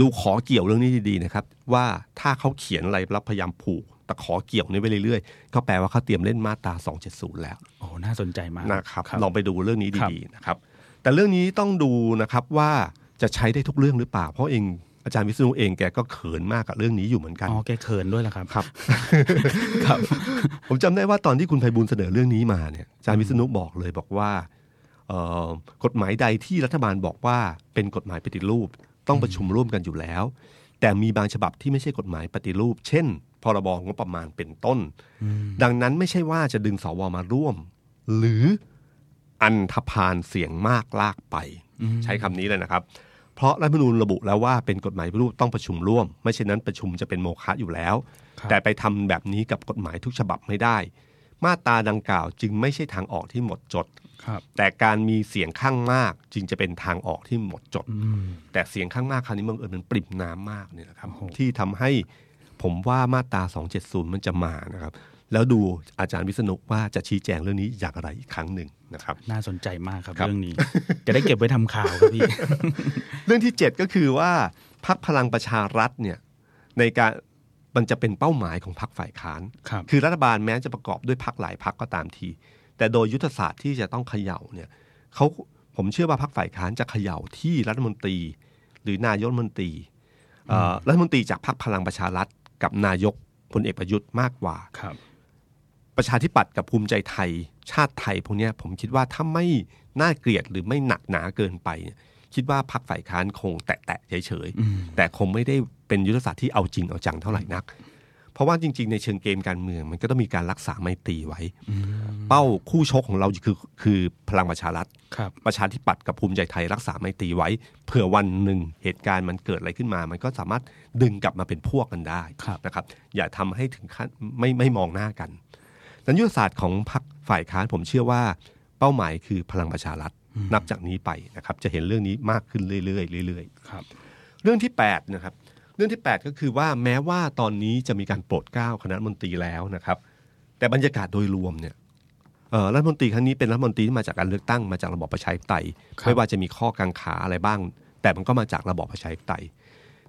Speaker 2: ดูขอเกี่ยวเรื่องนี้ดีๆนะครับ ว่าถ้าเขาเขียนอะไรแล้วพยายามผูกแต่ขอเกี่ยวนี้ไปเรื่อยๆ ก็แปลว่าเขาเตรียมเล่นมาตรา 270 แล้ว
Speaker 3: โอ้น่าสนใจมาก
Speaker 2: นะครับลองไปดูเรื่องนี้ดีๆนะครับ แต่เรื่องนี้ต้องดูนะครับว่าจะใช้ได้ทุกเรื่องหรือเปล่า เพราะเองอาจารย์วิษณุเองแกก็เขินมากกับเรื่องนี้อยู่เหมือนกัน
Speaker 3: อ๋อแกเขินด้วยเหรอครับ
Speaker 2: ครับ
Speaker 3: ครับ
Speaker 2: ผมจำได้ว่าตอนที่คุณไพบูลย์เสนอเรื่องนี้มาเนี่ยอาจารย์วิษณุบอกเลยบอกว่าเอ่อกฎหมายใดที่รัฐบาลบอกว่าเป็นกฎหมายปฏิรูปต้องประชุมร่วมกันอยู่แล้ว แต่มีบางฉบับที่ไม่ใช่กฎหมายปฏิรูป เช่น พรบงบประมาณเป็นต้น ดังนั้นไม่ใช่ว่าจะดึงสวมาร่วม หรืออันธพาลเสียงมากลากไป ใช้คำนี้เลยนะครับ เพราะรัฐธรรมนูญระบุแล้วว่าเป็นกฎหมายปฏิรูปต้องประชุมร่วม ไม่เช่นนั้นประชุมจะเป็นโมฆะอยู่แล้ว
Speaker 3: ครับ
Speaker 2: แต่ไปทำแบบนี้กับกฎหมายทุกฉบับไม่ได้ มาตราดังกล่าวจึงไม่ใช่ทางออกที่หมดจด
Speaker 3: ครับ
Speaker 2: แต่การมีเสียงข้างมากจึงจะเป็นทางออกที่หมดจด แต่เสียงข้างมากคราวนี้บังเอิญมันปริ่มน้ำมากเนี่ยนะครับ
Speaker 3: โอ้โห
Speaker 2: ที่ทำให้ผมว่ามาตรา 270 มันจะมานะครับ แล้วดูอาจารย์วิษณุว่าจะชี้แจงเรื่องนี้อย่างไรอีกครั้งหนึ่งนะครับ
Speaker 3: น่าสนใจมากครับ
Speaker 2: ครับ
Speaker 3: เรื่องนี้ จะได้เก็บไว้ทำข่าวครับ พี่
Speaker 2: เรื่องที่ 7 ก็คือว่าพักพลังประชารัฐเนี่ยในการมันจะเป็นเป้าหมายของพักฝ่ายค้าน
Speaker 3: ครับ
Speaker 2: คือรัฐบาลแม้จะประกอบด้วยพักหลายพักก็ตามที แต่โดยยุทธศาสตร์ที่จะต้องเขย่าเนี่ยเขาผมเชื่อว่าพักฝ่ายค้านจะเขย่าที่รัฐมนตรี หรือนายกรัฐมนตรีเอ่อรัฐมนตรีจากพักพลังประชารัฐ กับนายกพลเอกประยุทธ์มากกว่า
Speaker 3: ครับ
Speaker 2: ประชาธิปัตย์กับภูมิใจไทย ชาติไทยพวกเนี้ยผมคิดว่าถ้าไม่น่าเกลียดหรือไม่หนักหนาเกินไปเนี่ยคิดว่าพักฝ่ายค้านคงแตะๆเฉยๆแต่คงไม่ได้เป็นยุทธศาสตร์ที่เอาจริงเอาจังเท่าไหร่นัก เพราะว่าจริง ๆ ในเชิงเกมการเมือง มันก็ต้องมีการรักษาไมตรีไว้ เป้าคู่ชกของเราคือคือพลังประชารัฐ
Speaker 3: ครับ
Speaker 2: ประชาธิปัตย์กับภูมิใจไทยรักษาไมตรีไว้เผื่อวันหนึ่งเหตุการณ์มันเกิดอะไรขึ้นมา มันก็สามารถดึงกลับมาเป็นพวกกันได้
Speaker 3: ครับ
Speaker 2: นะครับ อย่าทำให้ถึงขั้นไม่ไม่มองหน้ากันนั้นยุทธศาสตร์ของพรรคฝ่ายค้านผมเชื่อว่าเป้าหมายคือพลังประชารัฐนับจากนี้ไปนะครับ จะเห็นเรื่องนี้มากขึ้นเรื่อยๆเรื่อยๆ
Speaker 3: ครับ
Speaker 2: เรื่องที่8นะครับเรื่องที่ 8 ก็คือว่าแม้ว่าตอนนี้จะมีการโปรดเกล้าคณะรัฐมนตรีแล้วนะครับ แต่บรรยากาศโดยรวมเนี่ยเอ่อรัฐมนตรีครั้งนี้เป็นรัฐมนตรีที่มาจากการเลือกตั้งมาจากระบอบประชาธิปไตย
Speaker 3: ครับ
Speaker 2: ไม่ว่าจะมีข้อกังขาอะไรบ้าง แต่มันก็มาจากระบอบประชาธิปไตย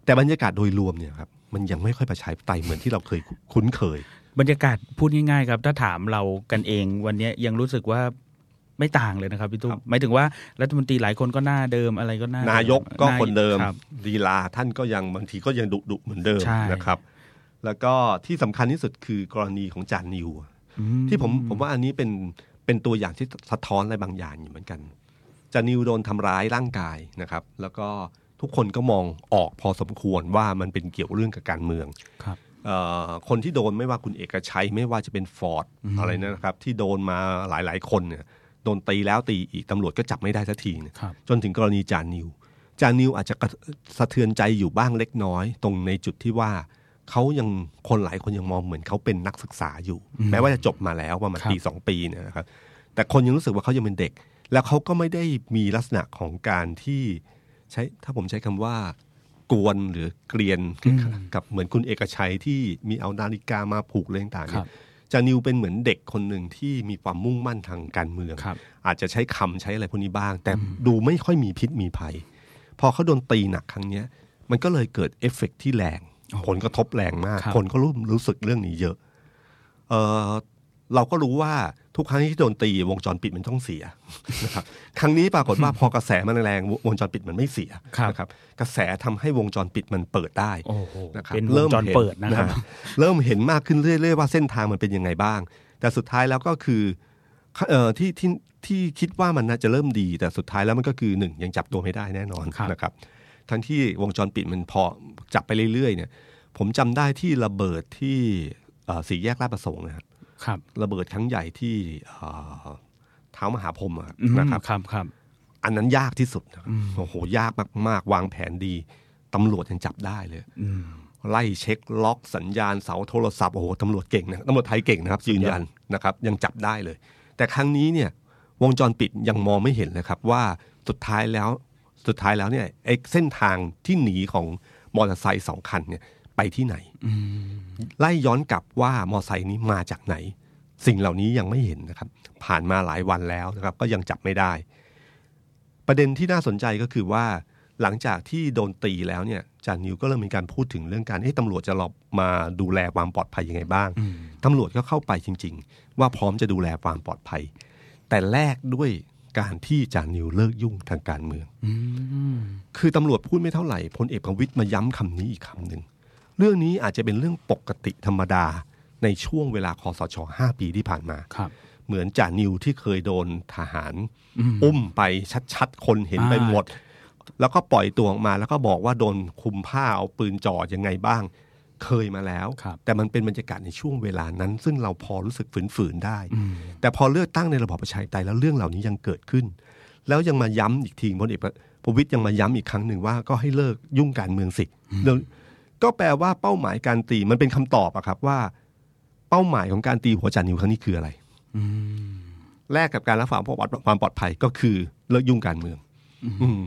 Speaker 2: แต่บรรยากาศโดยรวมเนี่ยครับมันยังไม่ค่อยประชาธิปไตยเหมือนที่เราเคยคุ้นเคย
Speaker 3: บรรยากาศพูดง่ายๆครับ ถ้าถามเรากันเองวันเนี้ยยังรู้สึกว่าไม่ต่างเลยนะครับพี่ตุ้มหมายถึงว่ารัฐมนตรีหลายคนก็หน้าเดิมอะไรก็หน้าเดิม
Speaker 2: นายกก็
Speaker 3: หา
Speaker 2: คนเดิม
Speaker 3: รับ
Speaker 2: ดีลาท่านก็ยังบางทีก็ยังดุดุๆเหมือนเดิม
Speaker 3: ใช่
Speaker 2: นะครับ แล้วก็ที่สำคัญที่สุดคือกรณีของจานนิว
Speaker 3: อื
Speaker 2: ที่ผมผมว่าอันนี้เป็นเป็นตัวอย่างที่สะท้อนอะไรบางอย่างอยู่เหมือนกันจานิวโดนทำร้ายร่างกายนะครับ แล้วก็ทุกคนก็มองออกพอสมควรว่ามันเป็นเกี่ยวเรื่องกับการเมือง
Speaker 3: ครับ
Speaker 2: เออคนที่โดนไม่ว่าคุณเอกชัยไม่ว่าจะเป็นฟอร์ดอะไรนะครับ ที่โดนมาหลายๆ คนเนี่ยโดนตีแล้วตีอีกตำรวจก็จับไม่ได้สักทีเนี่ย
Speaker 3: ครับ
Speaker 2: จนถึงกรณีจานิว จานิวอาจจะกระสะเทือนใจอยู่บ้างเล็กน้อย ตรงในจุดที่ว่าเขายังคนหลายคนยังมองเหมือนเขาเป็นนักศึกษาอยู่ แม้ว่าจะจบมาแล้วประมาณ
Speaker 3: ครับ
Speaker 2: ปีสองปีเนยนะครับ แต่คนยังรู้สึกว่าเขายังเป็นเด็ก แล้วเขาก็ไม่ได้มีลักษณะของการที่ใช้ถ้าผมใช้คำว่า กวนหรือเกลียนกับเหมือนคุณเอกชัยที่มีเอานาฬิกามาผูกเรื่องต่างๆเนี่
Speaker 3: ครั
Speaker 2: ย
Speaker 3: บ
Speaker 2: จานิวเป็นเหมือนเด็กคนหนึ่งที่มีความมุ่งมั่นทางการเมือง
Speaker 3: ครับ
Speaker 2: อาจจะใช้คำใช้อะไรพวกนี้บ้าง แต่ดูไม่ค่อยมีพิษมีภัย พอเขาโดนตีหนักครั้งเนี้ย มันก็เลยเกิดเอฟเฟกต์ที่แรง ผลกระทบแรงมาก
Speaker 3: ครับ
Speaker 2: คนก็รู้รู้สึกเรื่องนี้เยอะ เออเราก็รู้ว่า ทุกครั้งที่โดนตีวงจรปิดมันต้องเสีย นะครับครั้งนี้ปรากฏว่าพอกระแสมันแรงววงจรปิดมันไม่เสีย
Speaker 3: ครับ
Speaker 2: นะครับกระแสทำให้วงจรปิดมันเปิดได้
Speaker 3: โอ้โห
Speaker 2: นะครับ
Speaker 3: เป็นวงจร
Speaker 2: ห็
Speaker 3: เปิดนะครับ
Speaker 2: ฮเริ่มเห็นมากขึ้นเรื่อย ๆ ว่าเส้นทางมันเป็นยังไงบ้าง แต่สุดท้ายแล้วก็คือเอ่อที่ที่ที่คิดว่ามันน่าจะเริ่มดี แต่สุดท้ายแล้วมันก็คือหนึ่งยังจับตัวไม่ได้แน่นอน
Speaker 3: ครับ
Speaker 2: นะครับ ทั้งที่วงจรปิดมันพอจับไปเรื่อย ๆ เนี่ย ผมจำได้ที่ระเบิดที่เอ่อสี่แยกลาดประสงค์นะครับ
Speaker 3: ครับ
Speaker 2: ระเบิดครั้งใหญ่ที่เอ่อเท้ามหาพรหมอะ
Speaker 3: อืม
Speaker 2: นะครับ
Speaker 3: ครับครับ
Speaker 2: อันนั้นยากที่สุดนะครับโอ้โห ยากมาก ๆ วางแผนดีตำรวจยังจับได้เลย
Speaker 3: อืม
Speaker 2: ไล่เช็คล็อกสัญญาณเสาโทรศัพท์โอ้โหตำรวจเก่งนะตำรวจไทยเก่งนะครับยืนยันนะครับยังจับได้เลย แต่ครั้งนี้เนี่ยวงจรปิดยังมองไม่เห็นเลยครับว่าสุดท้ายแล้วสุดท้ายแล้วเนี่ยไอ้เส้นทางที่หนีของมอเตอร์ไซค์สองคันเนี่ยไปที่ไหนไล่ย้อนกลับว่ามอเตอร์ไซค์นี้มาจากไหน สิ่งเหล่านี้ยังไม่เห็นนะครับ ผ่านมาหลายวันแล้วนะครับ ก็ยังจับไม่ได้ ประเด็นที่น่าสนใจก็คือว่าหลังจากที่โดนตีแล้วเนี่ยจานนิวก็เริ่มมีการพูดถึงเรื่องการเอ๊ะตำรวจจะรอบมาดูแลความปลอดภัยยังไงบ้างตำรวจก็เข้าไปจริง ๆ ว่าพร้อมจะดูแลความปลอดภัย แต่แลกด้วยการที่จานนิวเลิกยุ่งทางการเมือง
Speaker 3: อืม
Speaker 2: คือตำรวจพูดไม่เท่าไหร่พลเอกประวิตยมาย้ำคำนี้อีกคำหนึ่งเรื่องนี้อาจจะเป็นเรื่องปกติธรรมดาในช่วงเวลาคอสช 5 ปีที่ผ่านมา
Speaker 3: ครับ
Speaker 2: เหมือนจ่านิวที่เคยโดนทหาร อุ้มไปชัดๆ คนเห็น
Speaker 3: อ่า
Speaker 2: ไปหมด แล้วก็ปล่อยตัวออกมาแล้วก็บอกว่าโดนคุมผ้าเอาปืนจ่อยังไงบ้าง เคยมาแล้ว
Speaker 3: ครับ
Speaker 2: แต่มันเป็นบรรยากาศในช่วงเวลานั้น ซึ่งเราพอรู้สึกฝืนๆได้ แต่พอเลือกตั้งในระบอบประชาธิปไตยแล้วเรื่องเหล่านี้ยังเกิดขึ้น แล้วยังมาย้ำอีกทีพลเอกประวิตยยังมาย้ำอีกครั้งหนึ่งว่าก็ให้เลิกยุ่งการเมืองสิเรื่องก็แปลว่าเป้าหมายการตีมันเป็นคำตอบอะครับว่า เป้าหมายของการตีหัวจานิวครั้งนี้คืออะไร
Speaker 3: อืม
Speaker 2: แลกกับการรักษาความปลอดความปลอดภัยก็คือเลิกยุ่งการเมือง อืม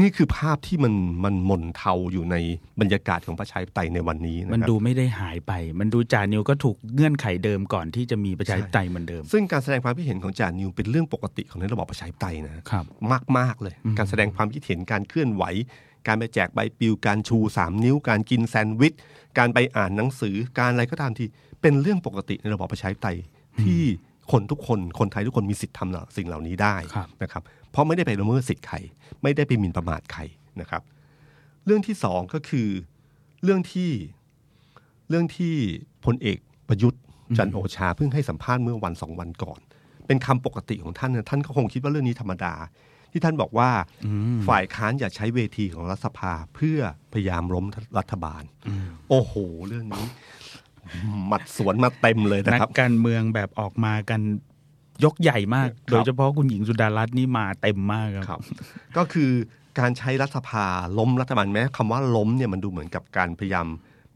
Speaker 2: นี่คือภาพที่มันมันหมนเทาอยู่ในบรรยากาศของประชาธิปไตยในวันนี้นะ
Speaker 3: มัน
Speaker 2: ครับ
Speaker 3: ดูไม่ได้หายไป มันดูจานิวก็ถูกเงื่อนไขเดิมก่อนที่จะมีประชาธิปไตยเหมือนเดิม
Speaker 2: ซึ่งการแสดงความคิดเห็นของจานิวเป็นเรื่องปกติของในระบอบประชาธิปไตยนะฮะ
Speaker 3: ครับ
Speaker 2: มาก ๆ เลย การแสดงความคิดเห็นการเคลื่อนไหว การไปแจกใบปลิวการชูสามนิ้ว การกินแซนด์วิช การไปอ่านหนังสือการอะไรก็ตามที่เป็นเรื่องปกติในระบอบประชาธิปไตยที่คนทุกคนคนไทยทุกคนมีสิทธิ์ทำเหล่าสิ่งเหล่านี้ได้
Speaker 3: ครับ
Speaker 2: นะครับเพราะไม่ได้ไปละเมิดสิทธิ์ใครไม่ได้ไปหมิ่นประมาทใครนะครับ เรื่องที่สองก็คือเรื่องที่ เรื่องที่พลเอกประยุทธ์จันทร์โอชาเพิ่งให้สัมภาษณ์เมื่อวันสองวันก่อน เป็นคำปกติของท่านนะท่านก็คงคิดว่าเรื่องนี้ธรรมดา ที่ท่านบอกว่าฝ่ายค้านอย่าใช้เวทีของรัฐสภาเพื่อพยายามล้มรัฐบาล โอ้โห เรื่องนี้ หมัดสวนมาเต็มเลยนะ
Speaker 3: นัก
Speaker 2: ครับ
Speaker 3: การเมืองแบบออกมากันยกใหญ่มาก โดยเฉพาะคุณหญิงสุดารัตน์นี่มาเต็มมาก
Speaker 2: ค
Speaker 3: ครั
Speaker 2: รั
Speaker 3: บ
Speaker 2: บ ก็คือการใช้รัฐสภาล้มรัฐบาลแม้คำว่าล้มเนี่ยมันดูเหมือนกับการพยายาม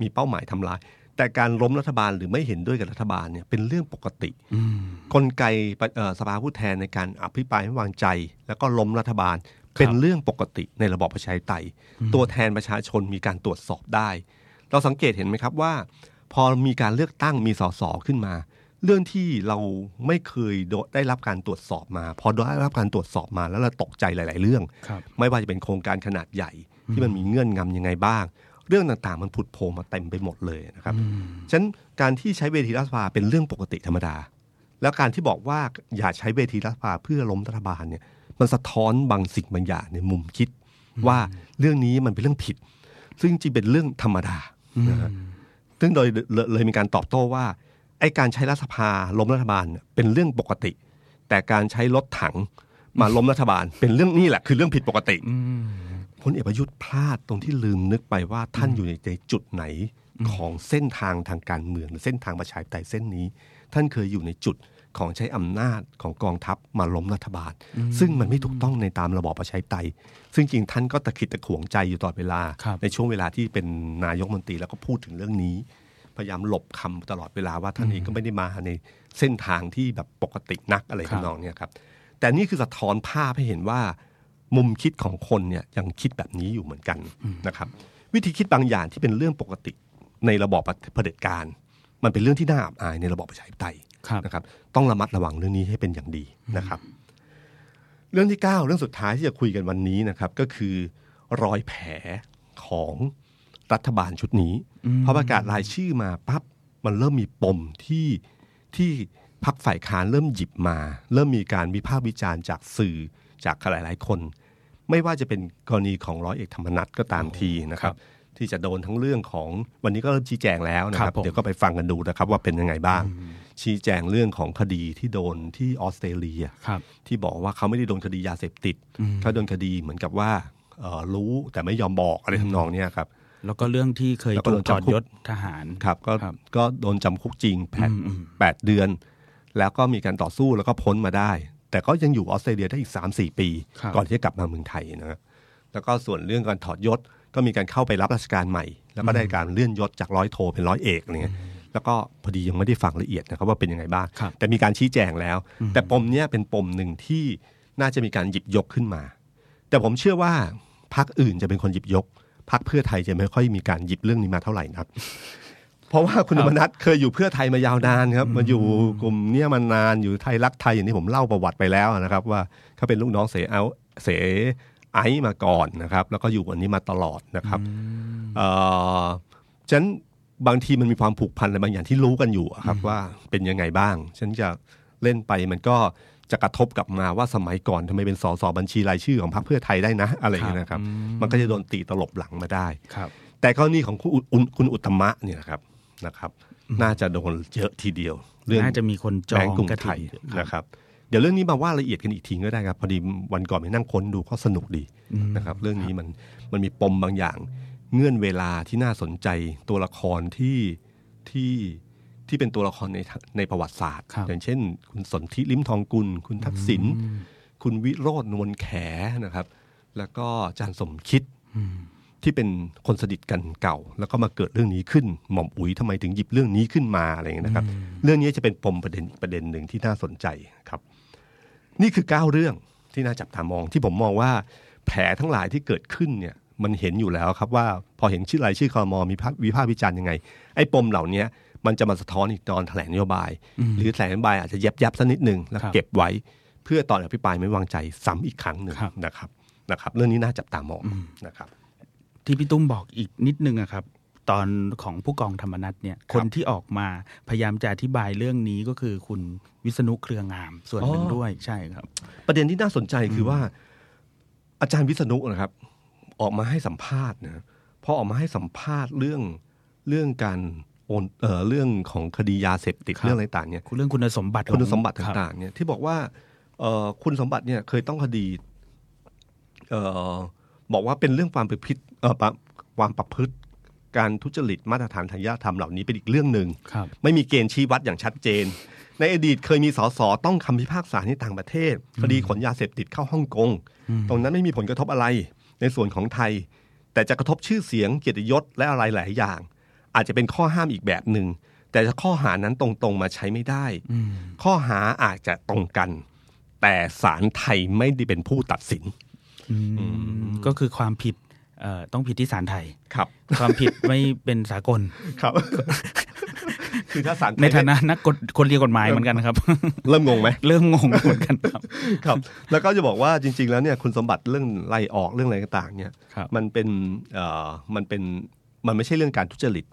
Speaker 2: มีเป้าหมายทำลาย แต่การล้มรัฐบาลหรือไม่เห็นด้วยกับรัฐบาลเนี่ยเป็นเรื่องปกติ กลไกเอ่อสภาผู้แทนในการอภิปรายไม่วางใจ แล้วก็ล้มรัฐบาล เป็นเรื่องปกติในระบอบประชาธิปไตย ตัวแทนประชาชนมีการตรวจสอบได้ เราสังเกตเห็นไหมครับว่า พอมีการเลือกตั้งมีสสขึ้นมา เรื่องที่เราไม่เคยโดได้รับการตรวจสอบมา พอได้รับการตรวจสอบมาแล้วเราตกใจหลาย ๆ เรื่อง
Speaker 3: ครับ
Speaker 2: ไม่ว่าจะเป็นโครงการขนาดใหญ่ ที่มันมีเงื่อนงำยังไงบ้าง เรื่องต่างๆ มันผุดโผล่มาเต็มไปหมดเลยนะครับฉะนั้นการที่ใช้เวทีรัฐสภาเป็นเรื่องปกติธรรมดา แล้วการที่บอกว่าอย่าใช้เวทีรัฐสภาเพื่อล้มรัฐบาลเนี่ยมันสะท้อนบางสิ่งบางอย่างในมุมคิด ว่าเรื่องนี้มันเป็นเรื่องผิด ซึ่งจริงๆเป็นเรื่องธรรมดานะฮะซึ่งโดยเลยเลยมีการตอบโต้ว่าไอ้การใช้รัฐสภาล้มรัฐบาลเนี่ยเป็นเรื่องปกติ แต่การใช้รถถังมาล้มรัฐบาล เป็นเรื่องนี่แหละคือเรื่องผิดปกติ
Speaker 3: อืม
Speaker 2: พลเอกประยุทธ์พลาดตรงที่ลืมนึกไปว่าท่านอยู่ในจุดไหนของเส้นทางทางการเมืองหรือเส้นทางประชาธิปไตยเส้นนี้ ท่านเคยอยู่ในจุดของใช้อำนาจของกองทัพมาล้มรัฐบาล ซึ่งมันไม่ถูกต้องในตามระบอบประชาธิปไตย ซึ่งจริงท่านก็ตะขิดตะขวงใจอยู่ตลอดเวลา
Speaker 3: ครับ
Speaker 2: ในช่วงเวลาที่เป็นนายกมนตรีแล้วก็พูดถึงเรื่องนี้ พยายามหลบคำตลอดเวลาว่าท่านเองก็ไม่ได้มาในเส้นทางที่แบบปกตินักอะไร
Speaker 3: ครับ
Speaker 2: ทำนองเนี้ยครับ แต่นี่คือสะท้อนภาพให้เห็นว่า มุมคิดของคนเนี่ยยังคิดแบบนี้อยู่เหมือนกันนะครับ วิธีคิดบางอย่างที่เป็นเรื่องปกติในระบอบเผด็จการ มันเป็นเรื่องที่น่าอับอายในระบอบประชาธิปไตย
Speaker 3: ครับ
Speaker 2: นะครับ ต้องระมัดระวังเรื่องนี้ให้เป็นอย่างดีนะครับ เรื่องที่ 9 เรื่องสุดท้ายที่จะคุยกันวันนี้นะครับ ก็คือรอยแผลของรัฐบาลชุดนี้พอประกาศรายชื่อมาปั๊บมันเริ่มมีปมที่ที่ พักฝ่ายค้านเริ่มหยิบมา เริ่มมีการวิพากษ์วิจารณ์จากสื่อจากหลายๆคน ไม่ว่าจะเป็นกรณีของร้อยเอกธรรมนัฐก็ตามทีนะครับ ที่จะโดนทั้งเรื่องของวันนี้ก็เริ่มชี้แจงแล้วนะค
Speaker 3: ครั
Speaker 2: รั
Speaker 3: บบ ผม
Speaker 2: เดี๋ยวก็ไปฟังกันดูนะครับว่าเป็นยังไงบ้าง ชี้แจงเรื่องของคดีที่โดนที่ออสเตรเลีย
Speaker 3: ครับ
Speaker 2: ที่บอกว่าเขาไม่ได้โดนคดียาเสพติดเขาโดนคดีเหมือนกับว่าเอ่อรู้แต่ไม่ยอมบอกอะไรทำนองเนี้ยครับ
Speaker 3: แล้วก็เรื่องที่เคย
Speaker 2: แล้วก็
Speaker 3: ถู
Speaker 2: โดน
Speaker 3: กจอด
Speaker 2: จำคุก
Speaker 3: ยศทหาร
Speaker 2: ครับก็
Speaker 3: ครับ
Speaker 2: ก็โดนจำคุกจริงแปดแปดเดือน แล้วก็มีการต่อสู้แล้วก็พ้นมาได้ แต่ก็ยังอยู่ออสเตรเลียได้อีก 3 4 ปี
Speaker 3: ครับ
Speaker 2: ก่อนที่จะกลับมาเมืองไทยนะครับแล้วก็ส่วนเรื่องการถอดยศก็มีการเข้าไปรับราชการใหม่ แล้วก็ได้การเลื่อนยศจากร้อยโทเป็นร้อยเอกอะไรเงี้ยแล้วก็พอดียังไม่ได้ฟังละเอียดนะครับว่าเป็นยังไงบ้าง
Speaker 3: ครับ
Speaker 2: แต่มีการชี้แจงแล้ว แต่ปมเนี้ยเป็นปมหนึ่งที่น่าจะมีการหยิบยกขึ้นมา แต่ผมเชื่อว่าพักอื่นจะเป็นคนหยิบยกพักเพื่อไทยจะไม่ค่อยมีการหยิบเรื่องนี้มาเท่าไหร่นัก เพราะว่าคุณธรรมนัทเคยอยู่เพื่อไทยมายาวนานครับมาอยู่กลุ่มเนี้ยมานานอยู่ไทยรักไทยอย่างที่ผมเล่าประวัติไปแล้วนะครับ ว่าเขาเป็นลูกน้องเสเอาเสไอซ์มาก่อนนะครับ แล้วก็อยู่อันนี้มาตลอดนะครับเอ่อฉะนันบางทีมันมีความผูกพันอะไรบางอย่างที่รู้กันอยู่อะครับว่าเป็นยังไงบ้าง ฉันจะเล่นไปมันก็จะกระทบกลับมาว่าสมัยก่อนทำไมเป็นสสบัญชีรายชื่อของพรรคเพื่อไทยได้นะ อะไรอย่างเงี้ยนะครับ มันก็จะโดนตีตลบหลังมาได้
Speaker 3: ครับ
Speaker 2: แต่กรณีของคุณอุคุณอุตตมะเนี่ยนะครับนะครับ น่าจะโดนเยอะทีเดียว เรื่อง
Speaker 3: น่าจะมีคนจอ
Speaker 2: แบ
Speaker 3: ง
Speaker 2: งก์กรุง
Speaker 3: ระ
Speaker 2: ไทย
Speaker 3: ถิ่นเยอะครับ
Speaker 2: นะครับ เดี๋ยวเรื่องนี้มาว่าละเอียดกันอีกทีก็ได้ครับ พอดีวันก่อนไปนั่งค้นดูก็สนุกดีนะครับ เรื่องนี้มันมันมีปมบางอย่าง เงื่อนเวลาที่น่าสนใจตัวละครที่ที่ที่เป็นตัวละครในในประวัติศาสตร์
Speaker 3: ครับ
Speaker 2: อย่างเช่น คุณสนธิลิ้มทองกุล คุณทักษิณคุณวิโรจน์นวลแขนะครับ แล้วก็อาจารย์สมคิด ที่เป็นคนสนิทกันเก่า แล้วก็มาเกิดเรื่องนี้ขึ้น หม่อมอุ๋ยทำไมถึงหยิบเรื่องนี้ขึ้นมาอะไรอย่างเงี้ยนะครับ เรื่องนี้จะเป็นปมประเด็นอีกประเด็นหนึ่งที่น่าสนใจครับ นี่คือ 9 เรื่องที่น่าจับตามองที่ผมมองว่าแผลทั้งหลายที่เกิดขึ้นเนี่ยมันเห็นอยู่แล้วครับว่าพอเห็นชื่อรายชื่อคอรมอมีพากวิพากษ์วิจารณ์ยังไง ไอ้ปมเหล่านี้มันจะมาสะท้อนอีกตอนแถลงนโยบาย หรือแถลงนโยบายอาจจะยับยับสักนิดหนึ่งแล้ว
Speaker 3: ครับ
Speaker 2: เก็บไว้ เพื่อตอนอภิปรายไม่วางใจซ้ำอีกครั้งหนึ่ง
Speaker 3: ครับ
Speaker 2: นะครับนะครับ เรื่องนี้น่าจับตามองนะครับ
Speaker 3: ที่พี่ตุ้มบอกอีกนิดนึงอะครับ ตอนของผู้กองธรรมนัฐเนี่ยคนที่ออกมาพยายามจะอธิบายเรื่องนี้ก็คือคุณวิษณุเครืองามส่วนหนึ่ง
Speaker 2: อ๋อ
Speaker 3: ด้วยใช่ครับ
Speaker 2: ประเด็นที่น่าสนใจคือว่า อาจารย์วิษณุนะครับ ออกมาให้สัมภาษณ์นะพอออกมาให้สัมภาษณ์เรื่องเรื่องการโอนเอ่อเรื่องของคดียาเสพติด
Speaker 3: ครับ
Speaker 2: เรื่องอะไรต่างเนี่ย
Speaker 3: คุณเรื่องคุณสมบัติ
Speaker 2: คุณสมบัติ
Speaker 3: ครั
Speaker 2: ต่างๆเนี่ยที่บอกว่าเอ่อคุณสมบัติเนี่ยเคยต้องคดีเอ่อบอกว่าเป็นเรื่องความประพฤติเอ่อประความประพฤติ การทุจริตมาตรฐานทางจริยธรรมเหล่านี้เป็นอีกเรื่องหนึ่ง
Speaker 3: ครับ
Speaker 2: ไม่มีเกณฑ์ชี้วัดอย่างชัดเจน ในอดีตเคยมีสสต้องคำพิพากษาในต่างประเทศคดีขนยาเสพติดเข้าฮ่องกง ตรงนั้นไม่มีผลกระทบอะไร ในส่วนของไทย แต่จะกระทบชื่อเสียงเกียรติยศและอะไรหลายอย่าง อาจจะเป็นข้อห้ามอีกแบบหนึ่งแต่จะข้อหานั้นตรงๆมาใช้ไม่ได้ ข้อหาอาจจะตรงกัน แต่ศาลไทยไม่ได้เป็นผู้ตัดสิน
Speaker 3: ก็คือความผิดเอ่อต้องผิดที่ศาลไทย
Speaker 2: ครับ
Speaker 3: ความ ผิดไม่เป็นสากล
Speaker 2: ครับ คือถ้าศาลไทย
Speaker 3: ในฐานะนักกฎคนเรียนกฎหมายเหมือนกันนะครับ
Speaker 2: เริ่มงงไหม
Speaker 3: เรื่องงงเหมือนกันครับ
Speaker 2: ครับแล้วก็จะบอกว่าจริง ๆ แล้วเนี่ยคุณสมบัติเรื่องไล่ออกเรื่องอะไรต่างๆเนี่ย
Speaker 3: ครับ
Speaker 2: มันเป็นเอ่อมันเป็นมันไม่ใช่เรื่องการทุจริต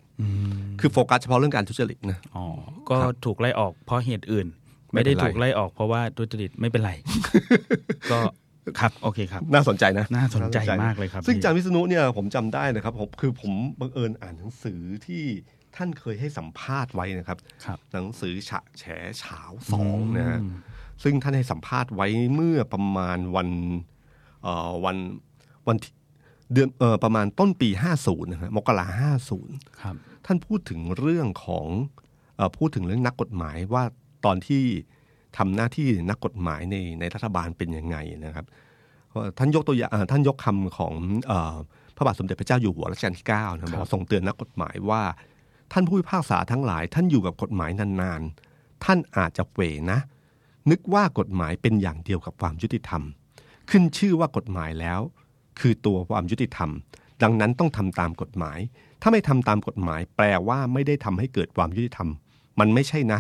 Speaker 2: คือโฟกัสเฉพาะเรื่องการทุจริตนะ
Speaker 3: อ๋อก็ถูกไล่ออกเพราะเหตุอื่น ไม่ได้
Speaker 2: ไม่เป็นไร
Speaker 3: ถูกไล่ออกเพราะว่าทุจริตไม่เป็นไร ก็ครับโอเคครับ
Speaker 2: น่าสนใจนะ
Speaker 3: น่าสนใจมากเลยครับ
Speaker 2: ซึ่ง
Speaker 3: พี่
Speaker 2: อาจารย์วิษณุเนี่ยผมจำได้นะครับผมคือผมบังเอิญอ่านหนังสือที่ท่านเคยให้สัมภาษณ์ไว้นะครับ
Speaker 3: ครับ
Speaker 2: หนังสือฉะแฉเฉาวสองนะฮะซึ่งท่านให้สัมภาษณ์ไว้เมื่อประมาณวันเอ่อวันวันที่เดือนเอ่อประมาณต้นปี 50นะฮะมกราห้าศูนย์
Speaker 3: ครับ
Speaker 2: ท่านพูดถึงเรื่องของเออพูดถึงเรื่องนักกฎหมายว่าตอนที่ทำหน้าที่นักกฎหมายในในรัฐบาลเป็นยังไงนะครับเพราะท่านยกตัวอย่างเอ่อท่านยกคำของเออพระบาทสมเด็จพระเจ้าอยู่หัวรัชกาลที่9นะบอกว่าทรงเตือนนักกฎหมายว่า ท่านผู้พิพากษาทั้งหลาย ท่านอยู่กับกฎหมายนานๆ ท่านอาจจะเวนะ นึกว่ากฎหมายเป็นอย่างเดียวกับความยุติธรรม ขึ้นชื่อว่ากฎหมายแล้ว คือตัวความยุติธรรม ดังนั้นต้องทำตามกฎหมาย ถ้าไม่ทำตามกฎหมาย แปลว่าไม่ได้ทำให้เกิดความยุติธรรม มันไม่ใช่นะ